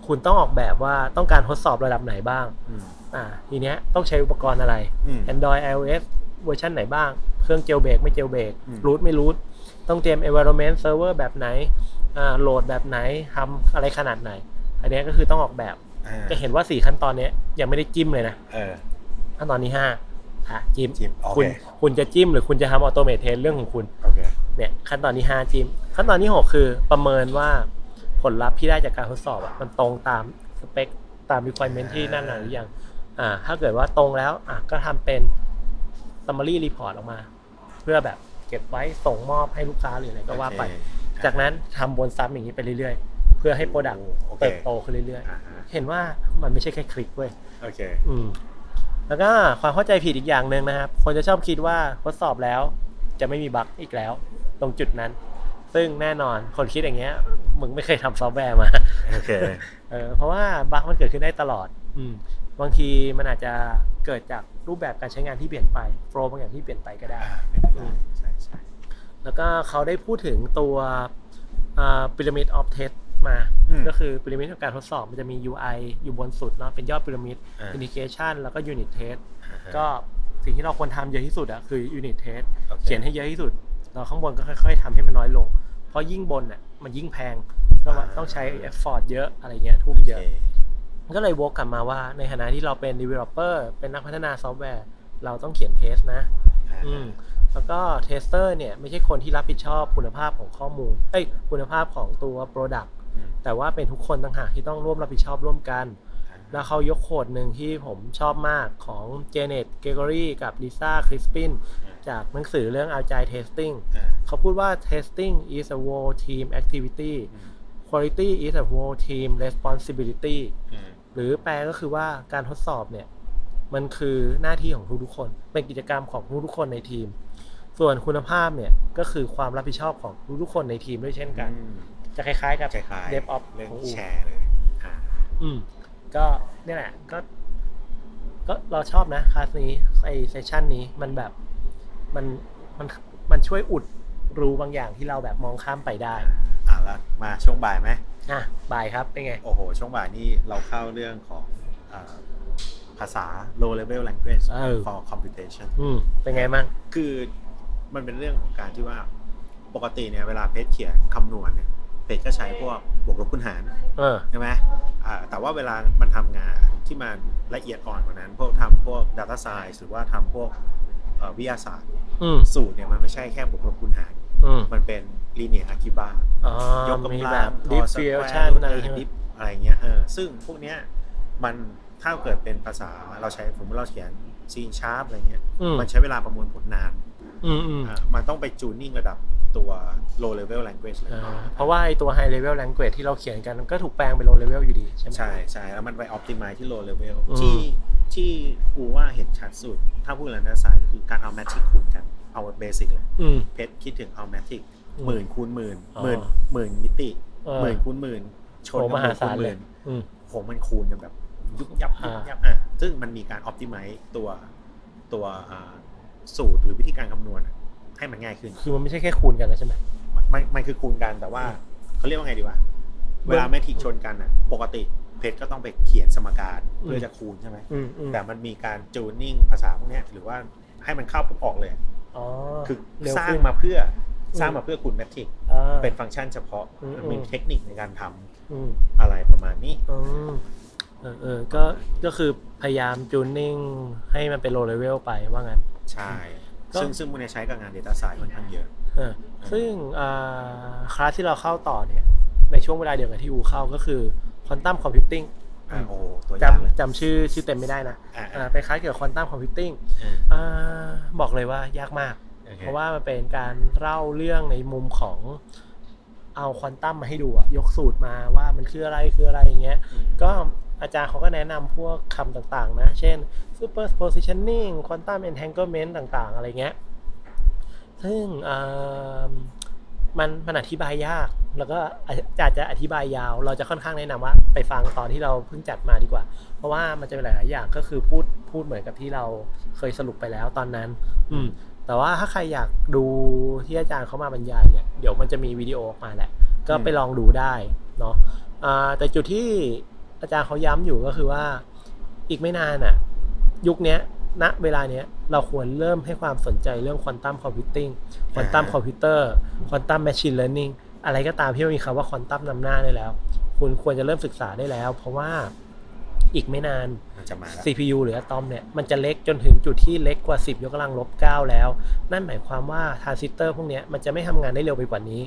คุณต้องออกแบบว่าต้องการทดสอบระดับไหนบ้าง
อืม
อ่าทีเนี้ยต้องใช้อุปกรณ์อะไร
อืม
Android iOS เวอร์ชันไหนบ้าง เครื่องเจลเบรกไม่เจลเบรก
อืม
รูทไม่รูทต้องเตรียม environment server แบบไหนอ่าโหลดแบบไหนทำอะไรขนาดไหน อันเนี้ยก็คือต้องออกแบบ
อ่า
จะเห็นว่า 4 ขั้นตอนเนี้ยยังไม่ได้จิ้มเลยนะ
เออ
ขั้นตอนที่5อ่ะจิ้ม
จิบโอ
คุ
เค
ณคุณจะจิ้มหรือคุณจะทำออโตเมทเทนเรื่องของคุณ
โอเค
เนี่ยขั้นตอนที่5จิมขั้นตอนที่ 6 คือประเมินว่าผลลัพธ์ที่ได้จากการทดสอบอะมันตรงตามสเปค ตาม requirement ที่นั่นน่ะหรือยังอ่า ถ้าเกิดว่าตรงแล้วอ่ะก็ทำเป็น summary report ออกมา เพื่อแบบเก็บไว้ส่งมอบให้ลูกค้าหรืออะไรก็ว่าไป
โอเค
จากนั้นทำวนซ้ำอย่างนี้ไปเรื่อยๆ เพื่อให้โปรดักต์
โอเค
เติบโตขึ้นเรื่อย
อ่าฮะ
ๆ เห็นว่ามันไม่ใช่แค่คลิกเว้ย
โอเค
อืม แล้วก็ความเข้าใจผิดอีกอย่างหนึ่งนะครับ คนจะชอบคิดว่าทดสอบแล้วจะไม่มีบั๊กอีกแล้ว ตรงจุดนั้น ซึ่งแน่นอนคนคิดอย่างเงี้ย มึงไม่เคยทำซอฟต์แวร์มา [LAUGHS]
โอเค
เออเพราะว่าบั๊กมันเกิดขึ้นได้ตลอด อืม บางทีมันอาจจะเกิดจากรูปแบบการใช้งานที่เปลี่ยนไปโฟล์บางอย่างที่เปลี่ยนไปก็ได้
อ่าไม่เป็นไรใช่ใช่
แล้วก็เขาได้พูดถึงตัวพีระมิดออฟเทสมา
อืม
ก็คือพีระมิดของการทดสอบมันจะมี UI อยู่บนสุดเนาะเป็นยอดพีระมิด
อ่า
Indication แล้วก็ Unit Test
อ่าฮะ
ก็สิ่งที่เราควรทำเยอะที่สุดอะคือ Unit Test
โอค
เขียนให้เยอะที่สุด เราข้างบนก็ค่อย ๆทำให้มันน้อยลง เพราะยิ่งบนอะมันยิ่งแพง ก็ว่าต้องใช้ effort เยอะอะไรเงี้ยทุ่มเย
โอ
อะ
เค
ก็เลยวกกลับมาว่าในฐานะที่เราเป็น developer เป็นนักพัฒนาซอฟต์แวร์ เราต้องเขียนเทสนะ
อ่า
อืมแล้วก็เทสเตอร์เนี่ยไม่ใช่คนที่รับผิดชอบคุณภาพของข้อมูล เอ้ยคุณภาพของตัว Product
อืม
แต่ว่าเป็นทุกคนต่างหากที่ต้องร่วมรับผิดชอบร่วมกัน แล้วเขายกโคดหนึ่งที่ผมชอบมากของ j a n e t Gregory กับ Lisa Crispin จากหนังสือเรื่อง Agile Testing
อ่า
เขาพูดว่า testing is a whole team activity
อืม
quality is a whole team responsibility
อืม
หรือแปลก็คือว่าการทดสอบเนี่ยมันคือหน้าที่ของทุกๆคน เป็นกิจกรรมของทุกๆคนในทีม ส่วนคุณภาพเนี่ยก็คือความรับผิดชอบของทุกๆคนในทีมด้วยเช่นกัน
อืม
จะคล้ายๆกับ
คล้ายๆ
DevOps
เรื่อง
ของอู
แชร์เลยอ่า
อืมก็เนี่ยแหละก็ก็เราชอบนะคลาสนี้ไอเซสชันนี้มันแบบมันมันมันช่วยอุดรู้บางอย่างที่เราแบบมองข้ามไปได้
อ่าแล้วมาช่วงบ่ายไหม
อ่ะบายครับเป็นไง
โอ้โห ช่วงบ่ายนี่เราเข้าเรื่องของอ่าภาษา low level language
เออ
for computation
อืมเป็นไงมั่ง
คือมันเป็นเรื่องของการที่ว่าปกติเนี่ยเวลาเพจเขียนคำนวณเนี่ยเพจก็ใช้พวกบวกลบคูณหาร
เออ
ใช่ไหมอ่าแต่ว่าเวลามันทำงานที่มันละเอียดอ่อนกว่านั้น พวกทำพวก Data Science หรือว่าทำพวกเอ่อวิทยาศาสตร์
อืม
สูตรเนี่ยมันไม่ใช่แค่บวกลบคูณหาร
อืม
มันเป็น linear algebra
อ๋อย
กกำลั
มี
ง
แบบดิฟฟิวชั่นอะไรใช่ไหม
ดิฟอะไรเงี้ยเออซึ่งพวกเนี้ยมันถ้าเกิดเป็นภาษาเราใช้ผมว่าเราเขียน C sharp อะไรเงี้ย
อืม
มันใช้เวลาประมวลผลนาน
อืมอืม
อ่ามันต้องไปจูนนิ่งระดับตัว low level language เลย
เอ่อเพราะว่าไอตัว high level language ที่เราเขียนกันมันก็ถูกแปลงเป็น low level อยู่ดีใช่ไหม
ใช่ใช่แล้วมันไป optimize ที่ low level
อืม
ที่ที่กูว่าเห็นชัดสุด ถ้าพูดเรื่องภาษาสตร์ก็คือการเอา matrix คูณกันเอา basic เลย
อืม
เพชรคิดถึงเอา matrix
อืม
หมื่นคูณหมื่น
อ๋อ
หมื่นหมื่นมิติ
เออ
หมื่นคูณหมื่นชน
โหม
กับ
หา
มื่นคู
ศา
ณ
ล
ห
เล
มื่
ย
น
อืม
ผมมันคูณกันแบบยุบยับยุ
อ่า
บยับอ่ะซึ่งมันมีการออ t ติ i z e ตัวตัวอ่าสูตรหรือวิธีการคำนวณอะให้มันง่ายขึ้น
คือมันไม่ใช่แค่คูณกันแล้วใช่ไหม
มันมันมันคือคูณกันแต่ว่าเขาเรียกว่าไงดีวะ
เบื้อง
เวลาแมทริกซ์ชนกันอ่ะ ปกติเพจก็ต้องไปเขียนสมการ
อืม
เพื่อจะคูณใช่ไหม
อืมอืม
แต่มันมีการจูนนิ่งภาษาพวกเนี้ยหรือว่าให้มันเข้าปุ๊บออกเลย
อ๋อ
คือ
เร็ว
สร้าง
ขึ้น
มาเพื่อ
ม
สร้างมาเพื่อคูณแมทริกซ์
อ่า
เป็นฟังก์ชันเฉพาะ
อืม
มีเทคนิคในการทำ
อืม
อะไรประมาณนี้
อืมเออเออก็ก็คือพยายามจูนนิ่งให้มันเป็น low level ไปว่างั้น
ใช่
ก็
ซึ่งซึ่งมันจะใช้กับงาน Data Science ค่อนข้างเยอะ
เออซึ่งอ่าคลาสที่เราเข้าต่อเนี่ย ในช่วงเวลาเดียวกับที่อูเข้าก็คือ quantum computing
อ่าโอ้ตัวย
จ
ยากเลย
ำจำชื่อชื่อเต็มไม่ได้นะ
อ่า
อ่าไปคลาสเกี่ยวกับ quantum computing
อ่า
อ่าบอกเลยว่ายากมาก
โอค
เพราะว่ามันเป็นการเล่าเรื่องในมุมของเอาควอนตัมมาให้ดูอะยกสูตรมาว่ามันคืออะไรคืออะไรอย่างเงี้ย
อืม
ก็อาจารย์เขาก็แนะนำพวกคำต่างๆ นะ เช่น superpositioning quantum entanglement ต่างๆ อะไรเงี้ย ซึ่งเอิ่มมันมันอธิบายยาก แล้วก็อาจจะอธิบายยาว เราจะค่อนข้างแนะนำว่า ไปฟังตอนที่เราเพิ่งจัดมาดีกว่า เพราะว่ามันจะเป็นหลายๆอย่างก็คือพูดพูดเหมือนกับที่เราเคยสรุปไปแล้วตอนนั้น อืม แต่ว่าถ้าใครอยากดูที่อาจารย์เขามาบรรยายเนี่ยเดี๋ยวมันจะมีวิดีโอออกมาแหละ ก็ไปลองดูได้เนาะอ่าแต่จุดที่อาจารย์เขาย้ำอยู่ก็คือว่าอีกไม่นานอะยุคเนี้ยณเวลาเนี้ยเราควรเริ่มให้ความสนใจเรื่องควอนตัมคอมพิวติ้งควอนตัมคอมพิวเตอร์ควอนตัมแมชชีนเลอร์นิ่งอะไรก็ตามที่มันมีคำว่าควอนตัมนำหน้าได้แล้ว คุณควรจะเริ่มศึกษาได้แล้ว เพราะว่าอีกไม่นาน
มันจะมาแล้ว
CPU หรืออะตอมเนี่ยมันจะเล็กจนถึงจุดที่เล็กกว่า 10 ยกกำลังลบ 9 แล้ว นั่นหมายความว่าทรานซิสเตอร์พวกเนี้ยมันจะไม่ทำงานได้เร็วไปกว่านี้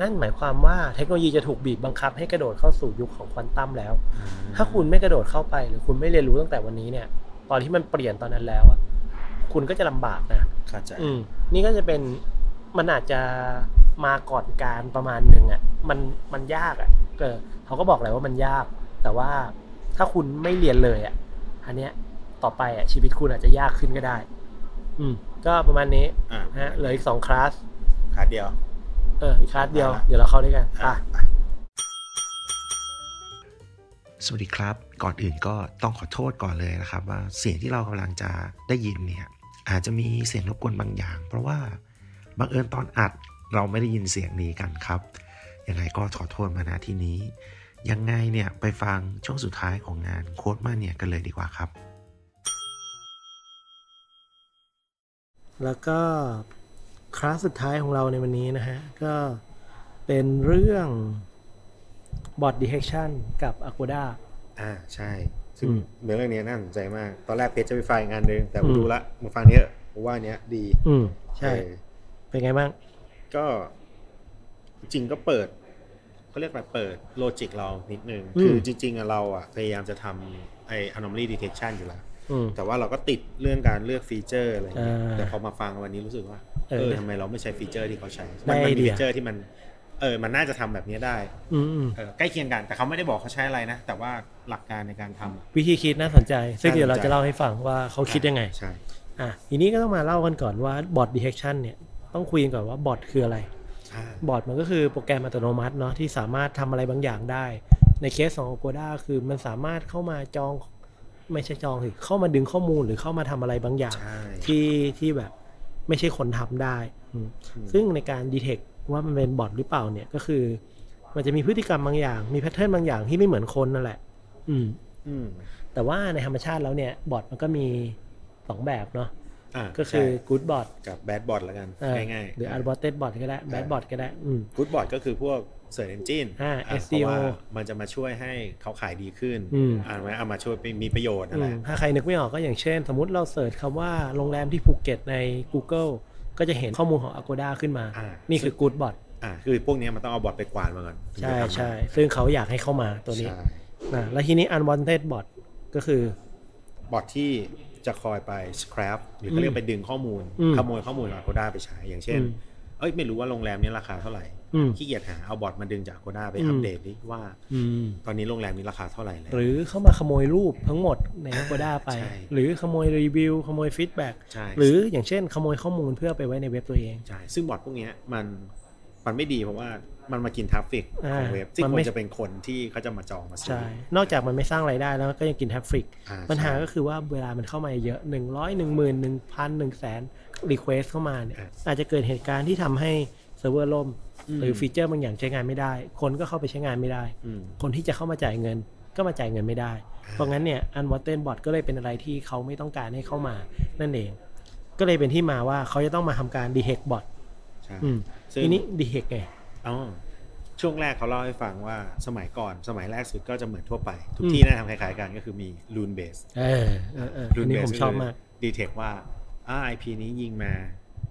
ณ นั่นหมายความว่าเทคโนโลยีจะถูกบีบบังคับให้กระโดดเข้าสู่ยุคของควอนตัมแล้ว ถ้าคุณไม่กระโดดเข้าไปหรือคุณไม่เรียนรู้ตั้งแต่วันนี้เนี่ย ตอนที่มันเปลี่ยนตอนนั้นแล้วอะคุณก็จะลำบากนะ
เข้าใจ
อืมนี่ก็จะเป็นมันอาจจะมาก่อนการประมาณหนึ่งอ่ะมันมันยากอ่ะเออเขาก็บอกแหละว่ามันยาก แต่ว่าถ้าคุณไม่เรียนเลยอ่ะอันเนี้ยต่อไปอ่ะชีวิตคุณอาจจะยากขึ้นก็ได้ อืมก็ประมาณนี้
อ่า
นะฮะเหลืออีกสองคลาส
ขาเดียว
เอออีกคลาสเดียว
มาละ
เดี๋ยวเราเข้าด้วยกัน
อ่ะ
อ่ะ
สวัสดีครับ ก่อนอื่นก็ต้องขอโทษก่อนเลยนะครับ ว่าเสียงที่เรากำลังจะได้ยินเนี่ยอาจจะมีเสียงรบกวนบางอย่าง เพราะว่าบังเอิญตอนอัดเราไม่ได้ยินเสียงนี้กันครับยังไงก็ขอโทษมาณที่นี้ ยังไงเนี่ยไปฟังช่วงสุดท้ายของงานโค้ดมาเนี่ยกันเลยดีกว่าครับ
แล้วก็คลาสสุดท้ายของเราในวันนี้นะฮะก็เป็นเรื่อง bot detection กับ Agoda
อ่าใช่ ซึ่ง
อืม
เรื่องเนี้ยน่าสนใจมาก ตอนแรกเพจจะไปฟังอีกงานหนึง แต่
อื
มาม ดูละมาฟังเนี้ยผมว่าอันเนี้ยดี
อืมใช่
เออ
เป็นไงบ้าง
ก็จริงๆก็เปิดเขาเรียกแบบเปิดโลจิกเรานิดนึง
อืม
คือจริง ๆอะเราอะพยายามจะทำไอ anomaly detection อยู่แล้ว
อืม
แต่ว่าเราก็ติดเรื่องการเลือกฟีเจอร์อะไรอย่างเงี้ย
อ่า
แต่พอมาฟังวันนี้รู้สึกว่า
เอ
เอ
อ
อทำไมเราไม่ใช้ฟีเจอร์ที่เขาใช้
ได้
มันมันมี
ไอเดีย
ฟีเจอร์ที่มัน เออ มันน่าจะทำแบบเนี้ยได้
อืมอืม
เออใกล้เคียงกัน แต่เขาไม่ได้บอกเขาใช้อะไรนะ แต่ว่าหลักการในการทำ
วิธีคิดน่าสนใจ ซึ่งเดี๋ยวเรา
น่าสนใจ
จะเล่าให้ฟังว่าเขาคิดยังไง
ใช่
อ่ะ ทีนี้ก็ต้องมาเล่ากันก่อนว่าบอ t detection เนี่ย ต้องคุยกันก่อนว่าบอ t คืออะไร
อ่า
บอ t มันก็คือโปรแกรมอัตโนมัติเนาะที่สามารถทำอะไรบางอย่างได้ ในเคสของ Agoda คือมันสามารถเข้ามาจอง ไม่ใช่จองสิเข้ามาดึงข้อมูลหรือเข้ามาทำอะไรบางอย่าง
ใช่
ที่ที่แบบไม่ใช่คนทำได้อืม ซึ่งในการดีเทคว่ามันเป็นบอทหรือเปล่าเนี่ยก็คือ มันจะมีพฤติกรรมบางอย่าง มีแพทเทิร์นบางอย่างที่ไม่เหมือนคนนั่นแหละ อืม
อืม
แต่ว่าในธรรมชาติแล้วเนี่ยบอทมันก็มีสองแบบเนาะ
อ่า
ก็คือ
ใช่
กู๊ดบอท
กับแบดบอ t แล้วกัน ง่ายๆ
หรืออัลบอทเต็ดบอทก็ได้แบดบอทก็ได้ อืม
กูดบอ t ก็คือพวกเสิร์ชเอนจิน
อ่า SEO
ว่ามันจะมาช่วยให้เขาขายดีขึ้น
อืม
อ่านไว้เอามาช่วยไปมีประโยชน์นั่น
อื
แห
ม
ละ
ถ้าใครนึกไม่ออกก็อย่างเช่น สมมติเราเสิร์ชคำว่าโรงแรมที่ภูเก็ตใน Google ก็จะเห็นข้อมูลของ Agoda ขึ้นมา
อ่า
นี่คือกู๊ดบอท
อ่าคือพวกเนี้ยมันต้องเอาบอ t ไปกวาดมาก่อนถึงจะ
ใช่
ทำ
ใช่ซึ่งเขาอยากให้เข้ามาตัวนี้
ใช่
นะแล้วทีนี้ unwanted bot ก็คือ
บอทที่จะคอยไป scrap หรือเขาเรียกไปดึงข้อมูล
อืม
ขโมยข้อมูลจาก Agoda ไปใช้ อย่างเช่น
อืม
เอ้ยไม่รู้ว่าโรงแรมเนี้ราคาเท่าไหร่
อืม
ขี้เกียจหาเอาบอทมาดึงจาก Agoda ไป
อืม
อัปเดตดิว่า
อืม
ตอนนี้โรงแรมนี้ราคาเท่าไหร่แล้ว
หรือเข้ามาขโมยรูปทั้งหมดใน Agoda ไป
ใช่
หรือขโมยรีวิวขโมยฟีดแบ็ก
ใช่
หรืออย่างเช่นขโมยข้อมูลเพื่อไปไว้ในเว็บตัวเอง
ใช่ซึ่งบอทพวกเนี้ยมันมันไม่ดีเพราะว่ามันมากินทราฟฟิก
อ่า
ของเว็บซึ่ง
มัน
ค
ไม่
วรจะเป็นคนที่เขาจะมาจองมาซื้
ใช่ นอกจากมันไม่สร้างไรายได้แล้วก็ยังกินแทฟฟิก
อ่
ปัญหา
ใช่
ก็คือว่าเวลามันเข้ามาเยอะ 1 0 0 1 0 0 1 0 0 0 1 0 0 0รีเควสเข้ามาเนี่ย
อ่ะ
อาจจะเกิดเหตุการณ์ที่ทำให้เซิร์ฟเวอร์ล่ม
อืม
หรือฟีเจอร์บางอย่างใช้งานไม่ได้ คนก็เข้าไปใช้งานไม่ได้
อืม
คนที่จะเข้ามาจ่ายเงินก็มาจ่ายเงินไม่ได้
อ่า
เพราะงั้นเนี่ยอันวอเตนบอทก็เลยเป็นอะไรที่เขาไม่ต้องการให้เข้ามานั่นเอง ก็เลยเป็นที่มาว่าเขาจะต้องมาทำการดีเฮกบอท
ใช่ซึ่ง
ทีนี้ดีเฮกไง
อ๋อช่วงแรกเขาเล่าให้ฟังว่าสมัยก่อนสมัยแรกสุดก็จะเหมือนทั่วไป ทุก
อืม
ที่น่าทำคล้ายๆกันก็คือมีลูนเบส
เออเออเอออันนี้ผมชอบมาก
ดีเทคว่าอ่า IP นี้ยิงมา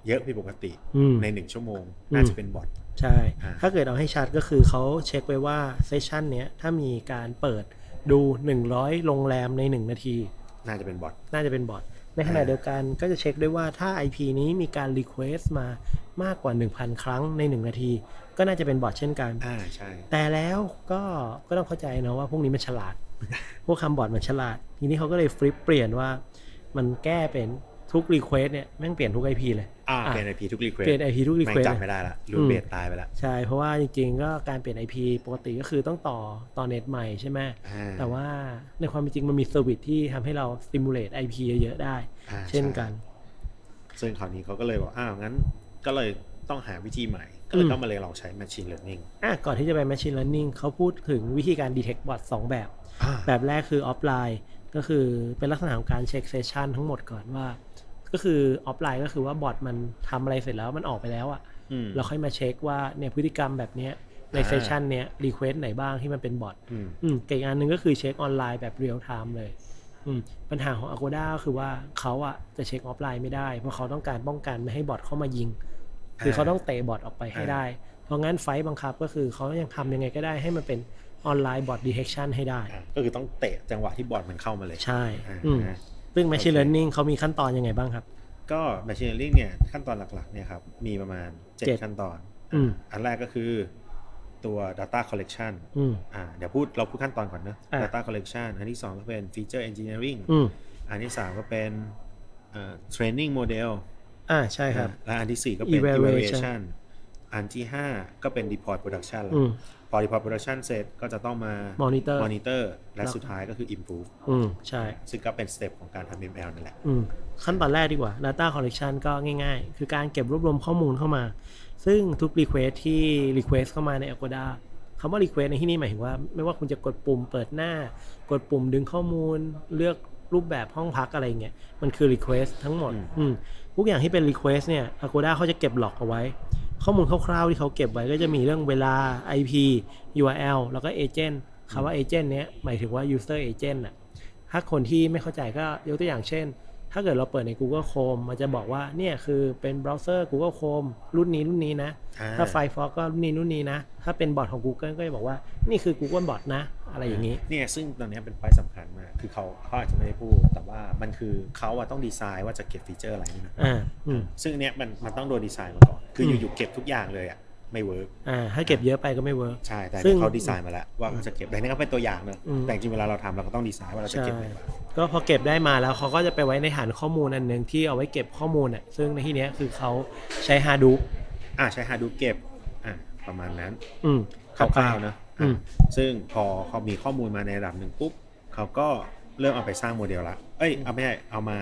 เยอะผิดปกติ
อืม
ในหนึ่งชั่วโมง
อืม
น่าจะเป็นบอท
ใช่
อ่า
ถ้าเกิดเอาให้ชัดก็คือเขาเช็คไว้ว่าเซสชันเนี้ยถ้ามีการเปิดดู 100 โรงแรมใน 1 นาที
น่าจะเป็นบอท
น่าจะเป็นบอทในขณะเดียวกันก็จะเช็คด้วยว่าถ้า IP นี้มีการรีเควสมามากกว่า 1,000 ครั้งใน 1 นาที ก็น่าจะเป็นบอทเช่นกัน
อ่าใช่
แต่แล้วก็ก็ต้องเข้าใจนะว่าพวกนี้มันฉลาด [LAUGHS] พวกคำบอร์ดมันฉลาด ทีนี้เขาก็เลยฟลิปเปลี่ยนว่า มันแก้เป็นทุกรีเควสเนี่ยแม่งเปลี่ยนทุก IP เลย
อ่า
อ่ะ
เป็น IP ทุกรีเควส
เปลี่ยน IP ทุกรี
ไม่
เควส
จำไม่ได้ละลูนเบสตายไปละ
ใช่ เพราะว่าจริงๆ ก็การเปลี่ยน IP ปกติก็คือต้องต่อต่อเน็ตใหม่ใช่ไหม
อ่า
แต่ว่าในความเป็นจริงมันมีเซอร์วิสที่ทำให้เราสติมูเลต IP เยอะๆได้
อ่า
เช่น
ใ
กัน
ซึ่งคราวนี้เขาก็เลยบอกอ้าวงั้นก็เลยต้องหาวิธีใหม่ ก็เลย
อืม
ต้องมาเลยลองใช้ Machine Learning
อ่ะก่อนที่จะไป Machine Learning เขาพูดถึงวิธีการ Detect Bot สองแบบ
อ่า
แบบแรกคือออฟไลน์ก็คือเป็นลักษณะของการเช็คเซสชันทั้งหมดก่อนว่า ก็คือออฟไลน์ก็คือว่าบอทมันทำอะไรเสร็จแล้วมันออกไปแล้วอะ่ะ
อืม
เราค่อยมาเช็คว่าเนี่ยพฤติกรรมแบบเนี้ยในเซสชันเนี้ยรีเควสไหนบ้างที่มันเป็นบอท
อืม
อืมเก่งอันหนึ่งก็คือเช็คออนไลน์แบบเรียลไทม์เลยอืมปัญหาของ Agoda ก็คือว่าเขาอะจะเช็คออฟไลน์ไม่ได้ เพราะเขาต้องการป้องกันไม่ให้บอทเข้ามายิง คือเขาต้องเตะบอทออกไปให้ได้ เพ ราะงั้นไฟล์บังคับก็คือเขายังทำยังไงก็ได้ให้มันเป็นออนไลน์บอ t ด e t เ c ชันให้ได้
อ่ะก็คือต้องเตะจังหวะที่บอร์ดมันเข้ามาเลย
ใช่
อ่า
อืม
นะ
ซึ่ง Machine
โอเค
Learning เขามีขั้นตอนยังไงบ้างครับ
ก็ Machine Learning เนี่ยขั้นตอนหลักๆเนี่ยครับมีประมาณ
เจ็ด
7 ขั้นตอน
อืม
อันแรกก็คือตัว Data Collection
อืม
อ่าเดี๋ยวพูดเราพูดขั้นตอนก่อนเนอะ
อ่ะ
Data Collection อันที่ 2 ก็เป็น Feature Engineering
อืม
อันที่ 3 ก็เป็นเอ่อ Training Model
อ่าใช่ครับ
อ่ะและอันที่ 4 ก็เป็น
Evaluation
Evaluation อันที่ 5 ก็เป็น Deploy Production แล้ว
อืม
พอ Deploy Production เสร็จก็จะต้องมา
Monitor
Monitor และ
แล้ว
สุดท้ายก็คือ Improve
อืมใช่
ซึ่งก็เป็นสเต็ปของการทำ ML นั่นแหละ
อืมขั้นตอนแรกดีกว่า Data Collection ก็ง่ายๆ คือการเก็บรวบรวมข้อมูลเข้ามา ซึ่งทุก Request ที่ Request เข้ามาใน Agoda คำว่า Request ในที่นี่หมายถึงว่า ไม่ว่าคุณจะกดปุ่มเปิดหน้า กดปุ่มดึงข้อมูล เลือกรูปแบบห้องพักอะไรเงี้ย มันคือ Request ทั้งหมด
อืม
อืมทุกอย่างที่เป็น Request เนี่ย Agoda เขาจะเก็บหลอกเอาไว้ ข้อมูลคร่าวๆที่เขาเก็บไว้ก็จะมีเรื่องเวลา IP URL แล้วก็ Agent คำว่า Agent เนี้ยหมายถึงว่า User Agent อะ ถ้าคนที่ไม่เข้าใจก็ยกตัวอย่างเช่น ถ้าเกิดเราเปิดใน Google Chrome มันจะบอกว่าเนี่ยคือเป็นเบราว์เซอร์ Google Chrome รุ่นนี้รุ่นนี้นะ
อ่า
ถ้า Firefox ก็รุ่นนี้รุ่นนี้นะ ถ้าเป็นบอทของ Google ก็จะบอกว่านี่คือ Google Bot นะ อะไรอย่างนี้
เนี่ยซึ่งตอนเนี้ยเป็นไฟล์สำคัญมาก คือเขาเขาอาจจะไม่ได้พูด แต่ว่ามันคือเขาอะต้องดีไซน์ว่าจะเก็บฟีเจอร์อะไรนี่นะ
อ่าอืม
ซึ่งอันเนี้ยมันมันต้องโดนดีไซน์มาก่อน คืออ
ม
อยู่ๆเก็บทุกอย่างเลยอะไม่เวิร์ก
อ่าถ้าเก็บเยอะไปก็ไม่เวิร์ก
ใช่ แต่อัน
ซึ่
เนี้
ง
ยเขาดีไซน์มาแล้วว่าเขาจะเก็บแต่อันนี่ก็เป็นตัวอย่างเนอะ
อืม
แต่จริงๆเวลาเราทำเราก็ต้องดีไซน์ว่าเราจะเก็บ
ใช่
อะไรบ้าง
ก็พอเก็บได้มาแล้วเขาก็จะไปไว้ในฐานข้อมูลอันหนึ่งที่เอาไว้เก็บข้อมูลอ่ะซึ่งในที่เนี้ยคือเขาใช้ Hadoop
อ่ะใช้ Hadoop เก็บอ่ะประมาณนั้น
อืม
ค
เข้าไป
ร่าวๆเนอะ
อืม
อ่ะซึ่งพอเขามีข้อมูลมาในระดับหนึ่งปุ๊บเขาก็เริ่มเอาไปสร้างโมเดลละเอ้ยเอาไม่ใช่เอามา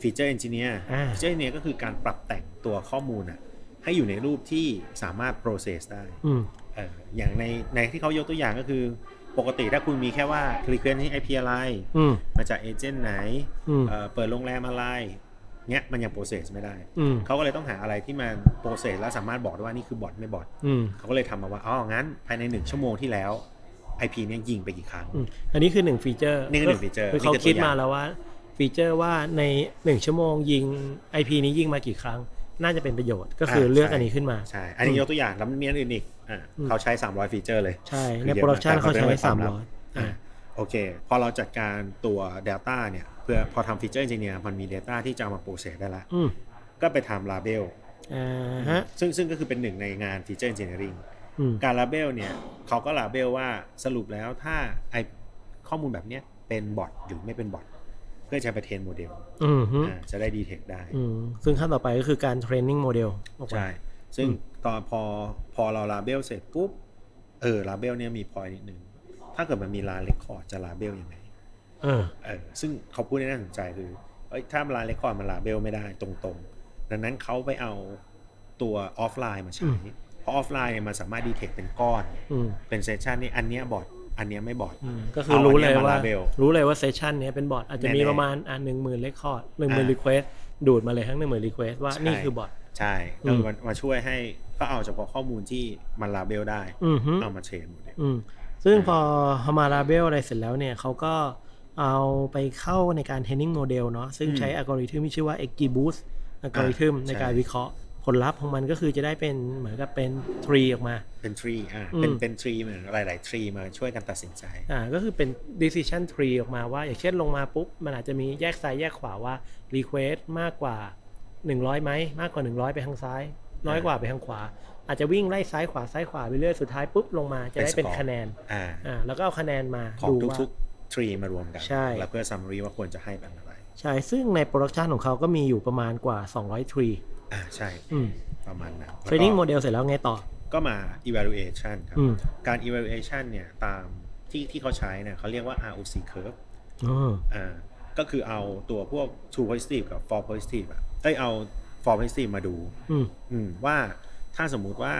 ฟีเจอร์เอนจิเนียร์
อ่า
ฟีเจอร์เนี่ยก็คือการปรับแต่งตัวข้อมูลอะให้อยู่ในรูปที่สามารถ process ได้
อืม
เอออย่างในในที่เขายกตัวอย่างก็คือ ปกติถ้าคุณมีแค่ว่า request ให้ IP อะไร
อืม
มาจากเอเจนต์ไหน
อืม
เอ่อเปิดโรงแรมอะไรเนี้ยมันยัง process ไม่ได้
อืม
เขาก็เลยต้องหาอะไรที่มัน process แล้วสามารถบอกได้ว่านี่คือบอทไม่บอท
อืม
เขาก็เลยทำมาว่าอ๋องั้นภายในหนึ่งชั่วโมงที่แล้ว IP เนี่ยยิงไปกี่ครั้ง
อืมอันนี้คือหนึ่งฟีเจอร์
นี่คือหนึ่งฟีเจอร์
คือ
นี่
เขา
คือตัวอย่าง
คิดมาแล้วว่า ฟีเจอร์ว่าในหนึ่งชั่วโมงยิง IP นี้ยิงมากี่ครั้ง น่าจะเป็นประโยชน์ก็คือเลือกอันนี้ขึ้นมา
ใช่อันนี้ยกตัวอย่างแล้วมันมีอันอื่นอีกอ่ะ
อืม
เขาใช้ 300 ฟีเจอร์เลย
ใช่
คือ
ใน
เดี๋ย
โป
ว
รดักชัน
แต่
เขา
เขา
ใช้
เรียกว่า
สาม
ความลั
ร้อบ ยอ่า
โอเค พอเราจัดการตัว Data เนี่ย เพื่อพอทำฟีเจอร์ Engineer มันมี Data ที่จะเอามาโปรเซสได้ละ
อืม
ก็ไปทำ Label
อ่าฮะ
ซึ่งซึ่งก็คือเป็นหนึ่งในงานฟีเจอร์ Engineering
อืม
การ Label เนี่ยเขาก็ Label ว่าสรุปแล้วถ้าไอข้อมูลแบบเนี้ยเป็นบอทหรือไม่เป็นบอทเพื่อจะไปเทรนโมเดล
อืมฮึ
อ่าจะได้ดีเทคได้
อืมซึ่งขั้นต่อไปก็คือการเทรนนิ่งโมเดลออกมา
ใช่ ซึ่ง
อืม
ตอนพอพอเรา Label เสร็จปุ๊บ เออ Label เนี่ยมี point นิดนึง ถ้าเกิดมันมี line record จะ Label ยังไง
เออ
เออซึ่งเขาพูดได้น่าสนใจคือเอ้ยถ้าร้านเรคคอร์ดมันลาเบลไม่ได้ตรงๆ ดังนั้นเขาไปเอาตัวออฟไลน์มา
อื
ใช้
ม
เพราะออฟไลน์เนี่ยมันสามารถดีเทคเป็นก้อน
อืม
เป็นเซสชันนี่อันเนี้ยบอดอันเนี้ยไม่บอด
อืมก็คือรู้เลยว่า
เอาอันเนี้ยมา label
รู้เลยว่าเซสชันเนี้ยเป็นบอทอาจจะมี
แน่ๆ
ประมาณอ่าหนึ่งหมื่นเรคคอร์ดหนึ่งหมื่น
อ่า
รีเควสดูดมาเลยทั้งหนึ่งหมื่นรีเควสว่า
ใช่
นี่คือบอท
ใช่
อื
ก็
ม
มันมาช่วยให้ก็เอาเฉพาะข้อมูลที่มันลาเบลได้
อืมฮึ
เอามาเชนหมดเลย
อืมซึ่ง
อ่า
พอฮามาราเบลอะไรเสร็จแล้วเนี่ยเขาก็เอาไปเข้าในการเทรนนิ่งโมเดลเนาะซึ่งใช้อัลกอริทึมที่ชื่อว่า e x g b o o s t อัลกอริทึมในการวิเคราะห์ ผลลัพธ์ของมันก็คือจะได้เป็นเหมือนกับเป็นทรีออกมา
เป็นทรีอ่ะ
อืม
เป็นเป็นทรีเหมือนหลายๆทรีมาช่วยกันตัดสินใจ
อ่าก็คือเป็น decision tree ออกมาว่า อย่างเช่นลงมาปุ๊บ มันอาจจะมีแยกซ้ายแยกขวาว่า request มากกว่า 100ไหมมากกว่า 100 ไปทางซ้าย น้อยกว่าไปทางขวา อาจจะวิ่งไล่ซ้ายขวาซ้ายขวาไปเรื่อยสุดท้ายปุ๊บลงมาจะได้เป็น
เป็น score
คะแนน
อ่า
อ่าแล้วก็เอาคะแนนมา
ของ
ดูว่า
ทุกๆทรีมารวมกัน
ใช่
แล้วเพื่อซัมรีว่าควรจะให้เป็นอะไร
ใช่ ซึ่งในโปรดักชันของเขาก็มีอยู่ประมาณกว่า 200 ทรี
อ่าใช่
อืม
ประมาณนั้น
เทรน
แล้วก็
นิ่งโมเดลเสร็จแล้วไงต่อ
ก็มา evaluation ครับ
อืม
การ evaluation เนี่ยตามที่ที่เขาใช้เนี่ยเขาเรียกว่า ROC curve
อ๋อ
อ่า ก็คือเอาตัวพวก true positive กับ false positive อะเอ้ยเอา false positive มาดู
อืม
อืมว่าถ้าสมมุติว่า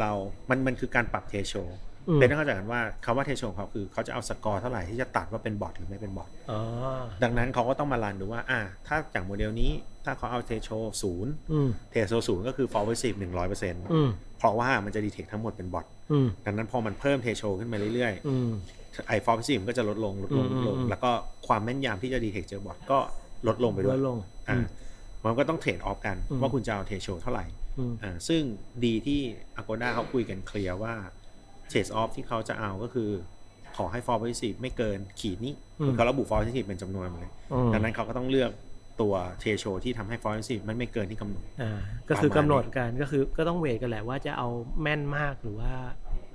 เรา มันมันคือการปรับ ratio
อืม
เป็นต้องเข้าใจกันว่าคำว่า ratio ของเขาคือเขาจะเอาสกอร์เท่าไหร่ที่จะตัดว่าเป็นบอทหรือไม่เป็นบอท
อ๋อ
ดังนั้นเขาก็ต้องมารันดูว่า อ่า ถ้าจากโมเดลนี้ ถ้าเขาเอา ratio ศูนย์
อืม
ratio ศูนย์ก็คือ false positive หนึ่งร้อยเปอร์เซ็นต์
อืม
เพราะว่ามันจะ detect ทั้งหมดเป็นบอท
อืม
ดังนั้นพอมันเพิ่มเทโชขึ้นมาเรื่อย
อืม
ๆไอฟอร์ซิมก็จะลดลงลดลงลดลง
อืม
แล้วก็ความแม่นยำที่จะดีเทคเจอบอทก็ลดลงไปด้
ล
วย
ดลง
อ่ามันก็ต้องเทรดออฟกัน
อืม
ว่าคุณจะเอาเทโชเท่าไหร่
อืม
อ่าซึ่งดีที่ Agoda เขาคุยกันเคลียร์ว่า Chase Off ที่เขาจะเอาก็คือ ขอให้ For Positive ไม่เกินขีดนี้
อืม
คือเขาระบุ For Positive เป็นจำนวนมาเลย
อืม
ดังนั้นเขาก็ต้องเลือกตัวเทโชที่ทำให้ For Positive มันไม่เกินที่กำหนด
อ่าก็คือกำหนดการก็คือก็ต้องเวทกันแหละว่าจะเอาแม่นมากหรือว่า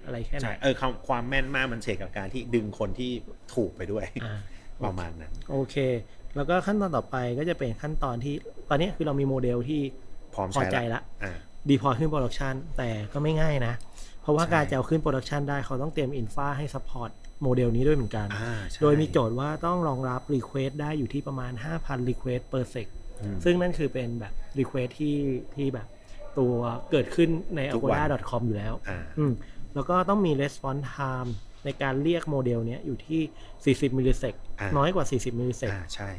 อะไรแค่ไหน
ใช่เออความความแม่นมากมันเฉกกับการที่ดึงคนที่ถูกไปด้วย
อ่า
ประมาณนั้น
โอเค แล้วก็ขั้นตอนต่อไปก็จะเป็นขั้นตอนที่ ตอนนี้คือเรามีโมเดลที่
พร้อม
พอ
ใช้
ใจ
แล้
ละ
วอ่า
ดีพอขึ้นโปรดักชันแต่ก็ไม่ง่ายนะ เพราะว่า
ใช่
การจะเอาขึ้นโปรดักชันได้เขาต้องเตรียมอินฟาให้ซัพพอร์ตโมเดลนี้ด้วยเหมือนกัน
อ่าใช่
โดยมีโจทย์ว่าต้องรองรับ Request ได้อยู่ที่ประมาณ 5,000 Request per sec
อืม
ซึ่งนั่นคือเป็นแบบ Request ที่ที่แบบตัวเกิดขึ้นใน
ทุกวัน
agoda.com อยู่แล้ว
อ่า
อืมแล้วก็ต้องมี response time ในการเรียกโมเดลเนี้ยอยู่ที่ 40 มิลลิเซก
อ่า
น้อยกว่า 40 มิลลิเซก
อ่าใช่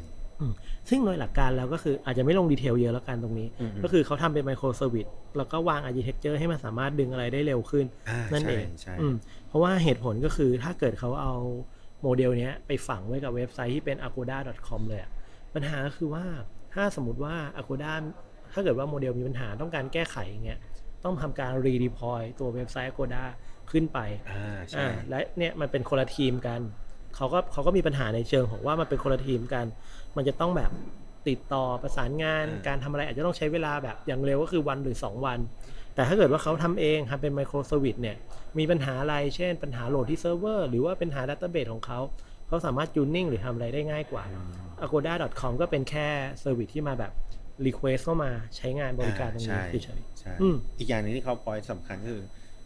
ซึ่งโดยหลักการแล้วก็คืออาจจะไม่ลงดีเทลเยอะแล้วกันตรงนี้
อืมอืม
ก็คือเขาทำเป็นไมโครเซอร์วิสแล้วก็วางอาร์ i ิเท t เจอร์ให้มันสามารถดึงอะไรได้เร็วขึ้น
อ่า
นั่นเอ
ใช่
ง
ใช่
อืมเพราะว่าเหตุผลก็คือถ้าเกิดเขาเอาโมเดลเนี้ยไปฝังไว้กับเว็บไซต์ที่เป็น agoda.com เลยอะปัญหาก็คือว่าถ้าสมมติว่า agoda ถ้าเกิดว่าโมเดลมีปัญหาต้องการแก้ไขอย่างเงี้ยต้องทำการ redeploy ตัวเว็บไซต์ agoda ขึ้นไป
อ่าใช่
อ่าและเนี่ยมันเป็นคนละทีมกันเขาก็เขาก็มีปัญหาในเชิงของว่ามันเป็นคนละทีมกัน มันจะต้องแบบติดต่อประสานงาน
อ่า
การทำอะไรอาจจะต้องใช้เวลาแบบอย่างเร็วก็คือวันหรือ 2 วัน แต่ถ้าเกิดว่าเขาทำเองทำเป็นไมโครเซอร์วิสเนี่ยมีปัญหาอะไรเช่น ปัญหาโหลดที่เซิร์ฟเวอร์หรือว่าปัญหาดัตเตอร์เบสของเขา เขาสามารถจูนนิ่งหรือทำอะไรได้ง่ายกว่า
อืม
agoda.com ก็เป็นแค่เซอร์วิสที่มาแบบ request เข้ามาใช้งานบริการตรงนี้
อ่า
เฉ
ใช่
ย
ใช่
อืม
อีกอย่างหนึงที่เขาพอยสำคัญคือ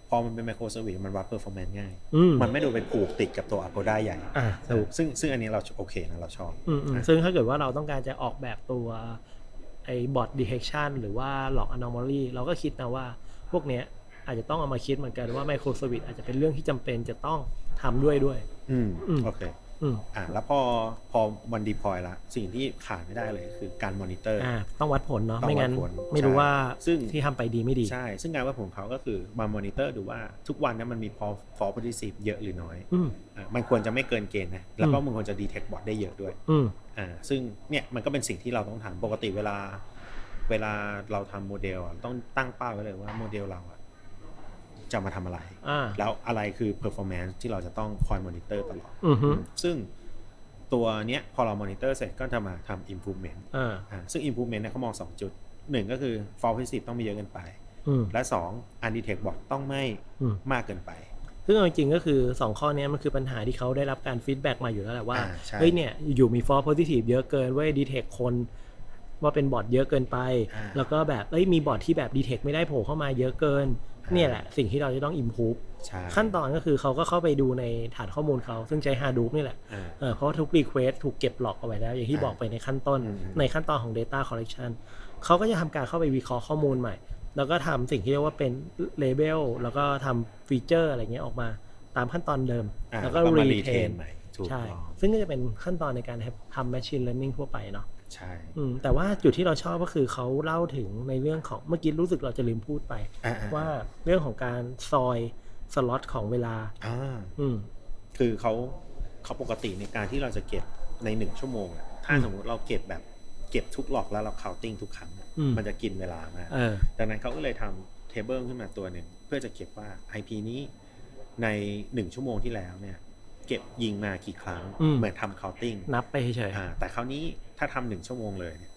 พอมันเป็นไมโครเซอร์วิสมันวัดเพอร์ฟอร์แมนซ์ง่าย
ๆอืม
มันไม่ดูไปผูกติดกับตัว Agoda ใหญ่
อ่าถูก
ซึ่งซึ่งอันนี้เราโอเคนะเราชอบ
อืมอืม
อ่ะ
ซึ่งถ้าเกิดว่าเราต้องการจะออกแบบตัวไอ้บอ t detection หรือว่า log anomaly เราก็คิดนะว่าพวกเนี้ยอาจจะต้องเอามาคิดเหมือนกันว่า micro service อาจจะเป็นเรื่องที่จำเป็นจะต้องทำด้วยด้วย
อืม
อืม
โอเค
อืม
อ่าแล้วพอพอมันดีพอยละสิ่งที่ขาดไม่ได้เลยคือการมอนิเตอร์
อ่าต้องวัดผลเนาะ
ต้องวัด
ไม่งั้น
ผล
ไม่รู้
ใช่
ว่า
ซึ่ง
ที่ทำไปดีไม่ดี
ใช่ ซึ่งงานวัดผลของเขาก็คือมามอนิเตอร์ดูว่าทุกวันนั้นมันมีพอฟอร์ i ิ i ีฟเยอะหรือน้อย
อืม
อ่ะมันควรจะไม่เกินเกณฑ์นะ แล้วก็
อืม
มันควรจะดีเทคบอทได้เยอะด้วย
อืม
อ่าซึ่งเนี่ยมันก็เป็นสิ่งที่เราต้องทำปกติเวลา เวลาเราทำโมเดลอ่ะต้องตั้งเป้าไว้เลยว่าโมเดลเราอ่ะจะมาทำอะไร
อ่า
แล้วอะไรคือ performance ที่เราจะต้องคอยมอนิเตอร์ตลอด
อือฮึ
ซึ่งตัวเนี้ยพอเรามอนิเตอร์เสร็จก็จะมาทำ improvement
อ่า
อ่าซึ่ง improvement เนี่ยเขามอง 2 จุด 1 ก็คือ f a l l positive ต้องไม่เยอะเกินไป
อืม
และ 2 undetect bot ต้องไม่
อืม
มากเกินไป
ซึ่งเอาจริงๆก็คือ 2 ข้อเนี้ยมันคือปัญหาที่เขาได้รับการฟีดแบ็กมาอยู่แล้วแหละว่า
อ่าใช่
เฮ้ยเนี่ยอยู่ๆมี false positive เยอะเกินเว้ย detect คนว่าเป็นบอทเยอะเกินไป
อ่า
แล้วก็แบบเอ้ยมีบอทที่แบบดีเทคไม่ได้โผล่เข้ามาเยอะเกิน
อ่า
เนี่ยแหละ สิ่งที่เราจะต้องอิมพูฟ
ใช่
ขั้นตอนก็คือเขาก็เข้าไปดูในฐานข้อมูลเขา ซึ่งใช้ Hadoop นี่แหละ
อ่า
เออเพราะว่าทุก Request ถูกเก็บหลอกเอาไว้แล้ว อย่างที่
อ่า
บอกไปในขั้นต้น
อืมอืม
ในขั้นตอนของ Data Collection เขาก็จะทำการเข้าไปวิเคราะห์ข้อมูลใหม่ แล้วก็ทำสิ่งที่เรียกว่าเป็น Label แล้วก็ทำฟีเจอร์อะไรเงี้ยออกมาตามขั้นตอนเดิม
อ่า
แล้วก็
มา
Retain
ใหม่ถูก
ใช่
ต้อง
ซึ่งก็จะเป็นขั้นตอนในการทำ Machine Learning ทั่วไปเนาะ
ใช่
อืมแต่ว่าจุดที่เราชอบก็คือเขาเล่าถึงในเรื่องของเมื่อกี้รู้สึกเราจะลืมพูดไป
อ่อ่
ว่าเรื่องของการซอยสล็อตของเวลา
อ่า
อืม
คือเขาเขาปกติในการที่เราจะเก็บใน 1 ชั่วโมงอะถ้า
อืม
สมมติเราเก็บแบบเก็บทุกหลอกแล้วเรา counting ทุกครั้งอะ
อืม
มันจะกินเวลามาก
เออ
ดังนั้นเขาก็เลยทำเทเบิลขึ้นมาตัวหนึ่งเพื่อจะเก็บว่า IP นี้ใน 1 ชั่วโมงที่แล้วเนี่ยเก็บยิงมากี่ครั้ง
อืม
เหมือนทำ counting
นับไปเฉย
อ่าแต่คราวนี้ถ้าทำหนึ่งชั่วโมงเลยเนี่ย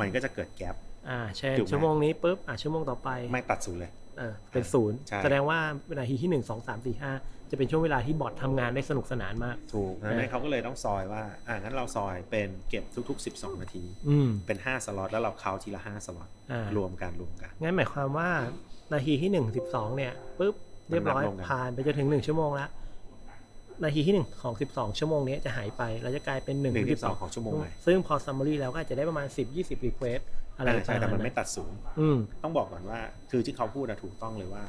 มันก็จะเกิดแกลบ
ๆอ่าเช่น
ถูกไหม
ชั่วโมงนี้ปุ๊บอ่ะชั่วโมงต่อไป
ไม่ตัดศูนย์เลย
เออเป็นศูนย์
ใช่
แสดงว่าเวลาที่หนึ่งสองสามสี่ห้าจะเป็นช่วงเวลาที่บอททำงานได้สนุกสนานมาก
ถูกดัง
เอ
นั้
อ
นเขาก็เลยต้องซอยว่าอ่างั้นเราซอยเป็นเก็บทุก ๆ 12 นาที
อืม
เป็น 5 สล็อตแล้วเราเคาทีละ 5 สล็อต
อ่าร
วมกันรวมกัน
งั้นหมายความว่านาทีที่หนึ่งสิบสองเนี่ยปุ๊บเรียบร้อย
มันนับลงกัน
ผ่านไปจนถึงหนึ่งชั่วโมงละนาทีที่หนึ่งของสิบสองชั่วโมงนี้จะหายไปแล้วจะกลายเป็นหนึ่ง
หนึ่ง
ถึงสิ
ที่
บ
ส
ส
อ
อง ง
ของชั่วโมงไหม
ซึ่งพอ summary แล้วก็อาจจะได้ประมาณ 10 20 request อะไร
อ่าใช่แต่มันไม่
ตัด
ตัดศูนย์
อืม
ต้องบอกก่อนว่าคือที่เขาพูดอะถูกต้องเลยว่า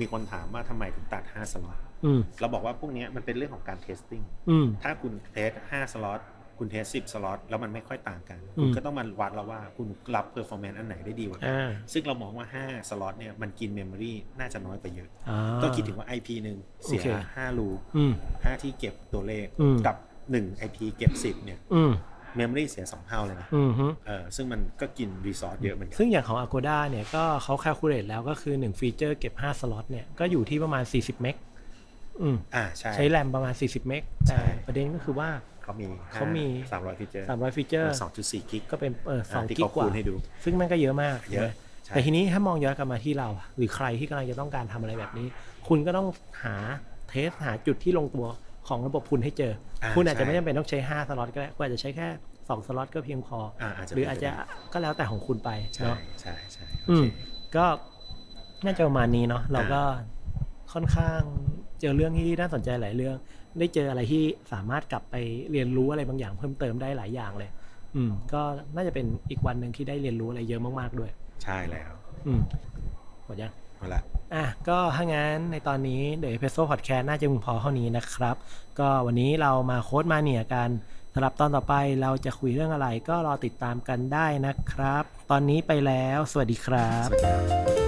มีคนถามว่าทำไมถึงตัด 5 สล็อต
อืม
เราบอกว่าพวกเนี้ยมันเป็นเรื่องของการเทสติ้ง
อืม
ถ้าคุณเทส 5 สล็อต คุณเทส 10 สล็อต แล้วมันไม่ค่อยต่างกัน
อืม
คุณก็ต้องมาวัดแล้วว่าคุณรับเพอร์ฟอร์แมนซ์อันไหนได้ดีกว่ากัน
อ่า
ซึ่งเรามองว่า 5 สล็อตเนี่ยมันกินเมมโมรีน่าจะน้อยไปเยอะ
อ่า
ก็คิดถึงว่า IP หนึ่งเสีย
โอเค
5 รู
อืม
5 ที่เก็บตัวเลข
อืม
กับ 1 IP เก็บ 10 เนี่ย
อืม
เมมโมรีเสียสองเท่าเลยนะ
อือฮึ
เออซึ่งมันก็กินรีซอสเยอะเหมือนกัน
ซึ่งอย่างของ Agoda เนี่ยก็เขาค l c u l a t e แล้วก็คือ 1 ฟีเจอร์เก็บ 5 สล็อตเนี่ย ก็อยู่ที่ประมาณ 40 เมกอืม
อ่าใช่
ใช้แรมประมาณ 40 เมก
ใช่
แต่ประเด็นก็คือว่า
เขามี
เขามี
สามร้อยฟีเจอร์
300 ฟีเจอร์
สองจุดสี่กิก
ก็เป็นเออสอง
ที่
กิก
เขา
กว่า
คูณให้ดู
ซึ่งมันก็เยอะมาก
เยอะ
ใช่ไหม
ใช่
แต่ทีนี้ถ้ามองย้อนกลับมาที่เราอะหรือใครที่กำลังจะต้องการทำอะไรแบบนี้ คุณก็ต้องหาเทสหาจุดที่ลงตัวของระบบคุณให้เจออา คุณอาจจะ
ใช่
ไม่จำเป็นต้องใช้ 5 สล็อตก็ได้คุณอาจจะใช้แค่ 2 สล็อตก็เพียงพออ
อ่าอาจจะ
หรืออาจจะก็แล้วแต่ของคุณไป
ใช่
เนาะ
ใช่ใช่
อื
โอ
ม
เค
ก็น่าจะประมาณนี้เนาะเรา
อ่า
ก็ค่อนข้างเจอเรื่องที่น่าสนใจหลายเรื่อง ได้เจออะไรที่สามารถกลับไปเรียนรู้อะไรบางอย่างเพิ่มเติมได้หลายอย่างเลย อืม ก็น่าจะเป็นอีกวันหนึ่งที่ได้เรียนรู้อะไรเยอะมากๆด้วย
ใช่แล้ว
อืมหมดยัง
เอาละ
อ่ะ ก็ถ้างั้นในตอนนี้เด e ๋ยวเพโซพอดแคสต์น่าจะมึงพอเท่านี้นะครับ ก็วันนี้เรามาโค้ดมาเหนี่ยกันสำหรับตอนต่อไปเราจะคุยเรื่องอะไรก็รอติดตามกันได้นะครับ ตอนนี้ไปแล้ว สวัสดีครับ
สวัสดีครับ